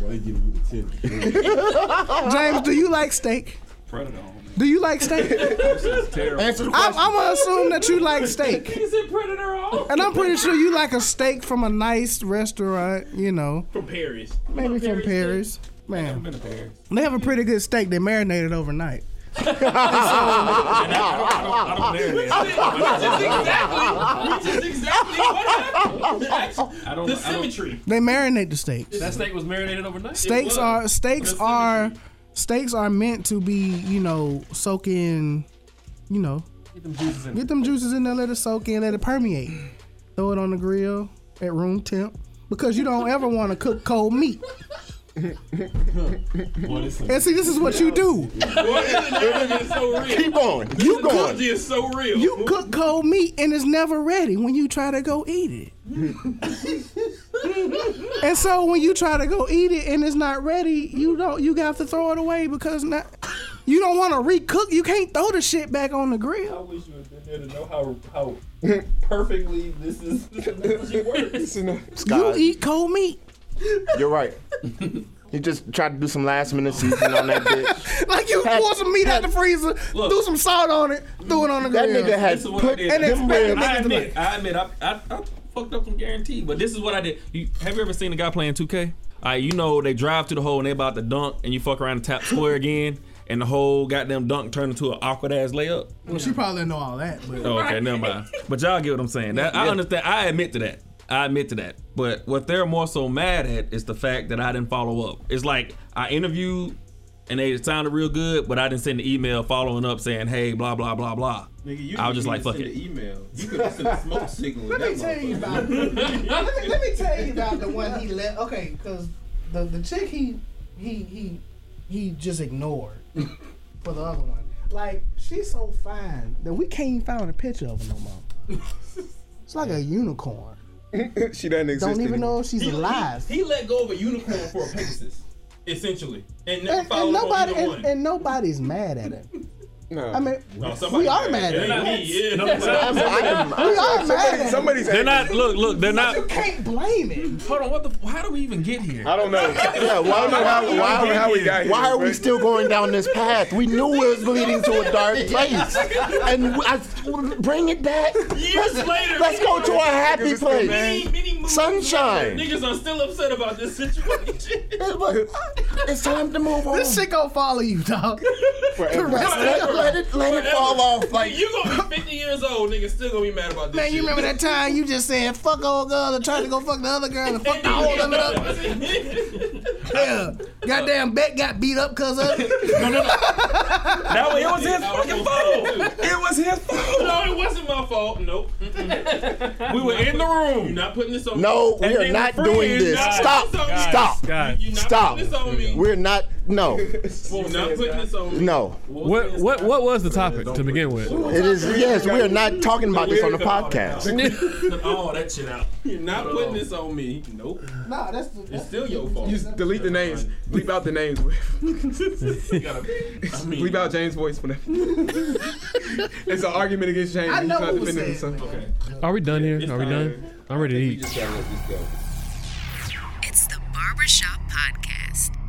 [SPEAKER 12] They give you the ten.
[SPEAKER 3] James, do you like steak? Do you like steak?
[SPEAKER 12] Answer
[SPEAKER 3] I'm, I'm gonna assume that you like steak,
[SPEAKER 12] Is it Predator all?
[SPEAKER 3] and I'm pretty sure you like a steak from a nice restaurant. You know,
[SPEAKER 12] From Paris.
[SPEAKER 3] maybe from Paris. Man,
[SPEAKER 12] Been to Paris.
[SPEAKER 3] they have a pretty good steak. They marinated overnight.
[SPEAKER 12] Which is exactly, which is exactly what happened.
[SPEAKER 4] I don't,
[SPEAKER 12] the
[SPEAKER 4] I don't-
[SPEAKER 12] symmetry.
[SPEAKER 3] They marinate the steaks.
[SPEAKER 4] That steak was marinated overnight.
[SPEAKER 3] Steaks are steaks are steaks are meant to be you know soak in, you know,
[SPEAKER 4] Get them juices in.
[SPEAKER 3] Get them juices in there, let it soak in, let it permeate. Throw it on the grill at room temp because you don't ever want to cook cold meat. And see, this is what you do.
[SPEAKER 10] Keep on.
[SPEAKER 3] You
[SPEAKER 10] going.
[SPEAKER 3] cook,
[SPEAKER 12] It's so real.
[SPEAKER 3] you cook cold meat and it's never ready when you try to go eat it. and so when you try to go eat it and it's not ready, you don't. You have to throw it away because not. You don't want to recook. You can't throw the shit back on the grill.
[SPEAKER 12] I wish you had been there to know how how perfectly this is this is works.
[SPEAKER 10] Scott,
[SPEAKER 3] You eat cold meat.
[SPEAKER 10] you're right. You just tried to do some last minute seasoning on that bitch.
[SPEAKER 3] Like you pour some meat out the freezer, threw some salt on it, threw it on the
[SPEAKER 10] That
[SPEAKER 3] grill.
[SPEAKER 10] nigga had
[SPEAKER 12] This is what I
[SPEAKER 10] put
[SPEAKER 12] did.
[SPEAKER 10] them ribs.
[SPEAKER 12] I admit, I admit, I, I, I fucked up some guarantee, but this is what I did. You, have you ever seen a guy playing 2K? All right, you know they drive to the hole and they about to dunk, and you fuck around and tap square again, and the whole goddamn dunk turned into an awkward ass layup.
[SPEAKER 3] Well, she probably didn't know all that, but
[SPEAKER 12] Oh, okay, never mind. But y'all get what I'm saying. That, I understand. I admit to that. I admit to that. But what they're more so mad at is the fact that I didn't follow up. It's like I interviewed and they sounded real good, but I didn't send the email following up saying, "Hey, blah blah blah blah." I was just like, "Fuck it."
[SPEAKER 13] email. You could have sent a smoke signal.
[SPEAKER 3] Let me tell you about. let, me, let me tell you about the one he left. Okay, because the the chick he he he he just ignored for the other one. Like she's so fine that we can't even find a picture of her no more. It's like a unicorn.
[SPEAKER 2] she doesn't exist.
[SPEAKER 3] Don't even
[SPEAKER 2] anymore.
[SPEAKER 3] know if she's alive.
[SPEAKER 12] He let go of a unicorn for a Pegasus, essentially, and,
[SPEAKER 3] And, and nobody and, and nobody's mad at him.
[SPEAKER 2] No.
[SPEAKER 3] I mean,
[SPEAKER 12] No,
[SPEAKER 3] we
[SPEAKER 12] somebody-
[SPEAKER 3] are mad
[SPEAKER 12] They're
[SPEAKER 3] at
[SPEAKER 12] not
[SPEAKER 3] him.
[SPEAKER 12] me, yeah, no,
[SPEAKER 3] We are mad at
[SPEAKER 2] Somebody,
[SPEAKER 3] him.
[SPEAKER 2] somebody's.
[SPEAKER 7] They're not. Look, look. They're not.
[SPEAKER 3] You can't blame him.
[SPEAKER 12] Hold on, what the? How do we even get here?
[SPEAKER 2] I don't know.
[SPEAKER 10] Yeah, why,
[SPEAKER 2] I don't know how,
[SPEAKER 10] why,
[SPEAKER 2] I don't know
[SPEAKER 10] why,
[SPEAKER 2] how we got here.
[SPEAKER 10] why are
[SPEAKER 2] bro.
[SPEAKER 10] we still going down this path? We knew it was leading to a dark place. And I, bring it back.
[SPEAKER 12] Years
[SPEAKER 10] let's,
[SPEAKER 12] later,
[SPEAKER 10] let's go to a happy place.
[SPEAKER 12] Many, many moons
[SPEAKER 10] Sunshine.
[SPEAKER 12] later, Niggas are still upset about this situation.
[SPEAKER 10] It's time to move on.
[SPEAKER 3] This shit gonna follow you, dog. The rest of your
[SPEAKER 10] Let, let it, let it fall off. Like,
[SPEAKER 12] you gonna be 50 years old, niggas still gonna be mad about this.
[SPEAKER 3] Man, you remember that time you just said fuck old girl and tried to go fuck the other girl and fuck the whole of it up? Yeah. Goddamn Bet got beat up cuz of it.
[SPEAKER 12] That was, it was his fucking fault. It was his fault. No, it wasn't my fault. Nope. Mm-mm. we were in the room. You're not putting this on.
[SPEAKER 10] no,
[SPEAKER 12] And
[SPEAKER 10] we are
[SPEAKER 12] then
[SPEAKER 10] not
[SPEAKER 12] the
[SPEAKER 10] doing
[SPEAKER 12] friends-
[SPEAKER 10] this.
[SPEAKER 12] Guys,
[SPEAKER 10] Stop.
[SPEAKER 12] guys,
[SPEAKER 10] Stop.
[SPEAKER 4] God.
[SPEAKER 12] You're not
[SPEAKER 10] Stop.
[SPEAKER 12] putting this on me.
[SPEAKER 10] We're not. No.
[SPEAKER 12] We're not putting this on me.
[SPEAKER 10] No.
[SPEAKER 4] What what what was the topic to begin with?
[SPEAKER 10] It is. Yes, we are not talking about this on the podcast.
[SPEAKER 12] Put all Oh, that shit out. You're not putting this on me. Nope.
[SPEAKER 3] Nah, that's the
[SPEAKER 12] It's still your fault.
[SPEAKER 2] Just delete the names. Bleep out the names.
[SPEAKER 12] You gotta, I mean,
[SPEAKER 2] Bleep out James' voice. Whenever. it's an argument against James.
[SPEAKER 3] I know
[SPEAKER 2] He's not
[SPEAKER 3] who was
[SPEAKER 2] defending
[SPEAKER 3] saying
[SPEAKER 2] himself.
[SPEAKER 12] Okay.
[SPEAKER 4] Are we done here? Are we done? I'm ready to eat.
[SPEAKER 13] Just gotta let this go.
[SPEAKER 5] It's the Barbershop Podcast.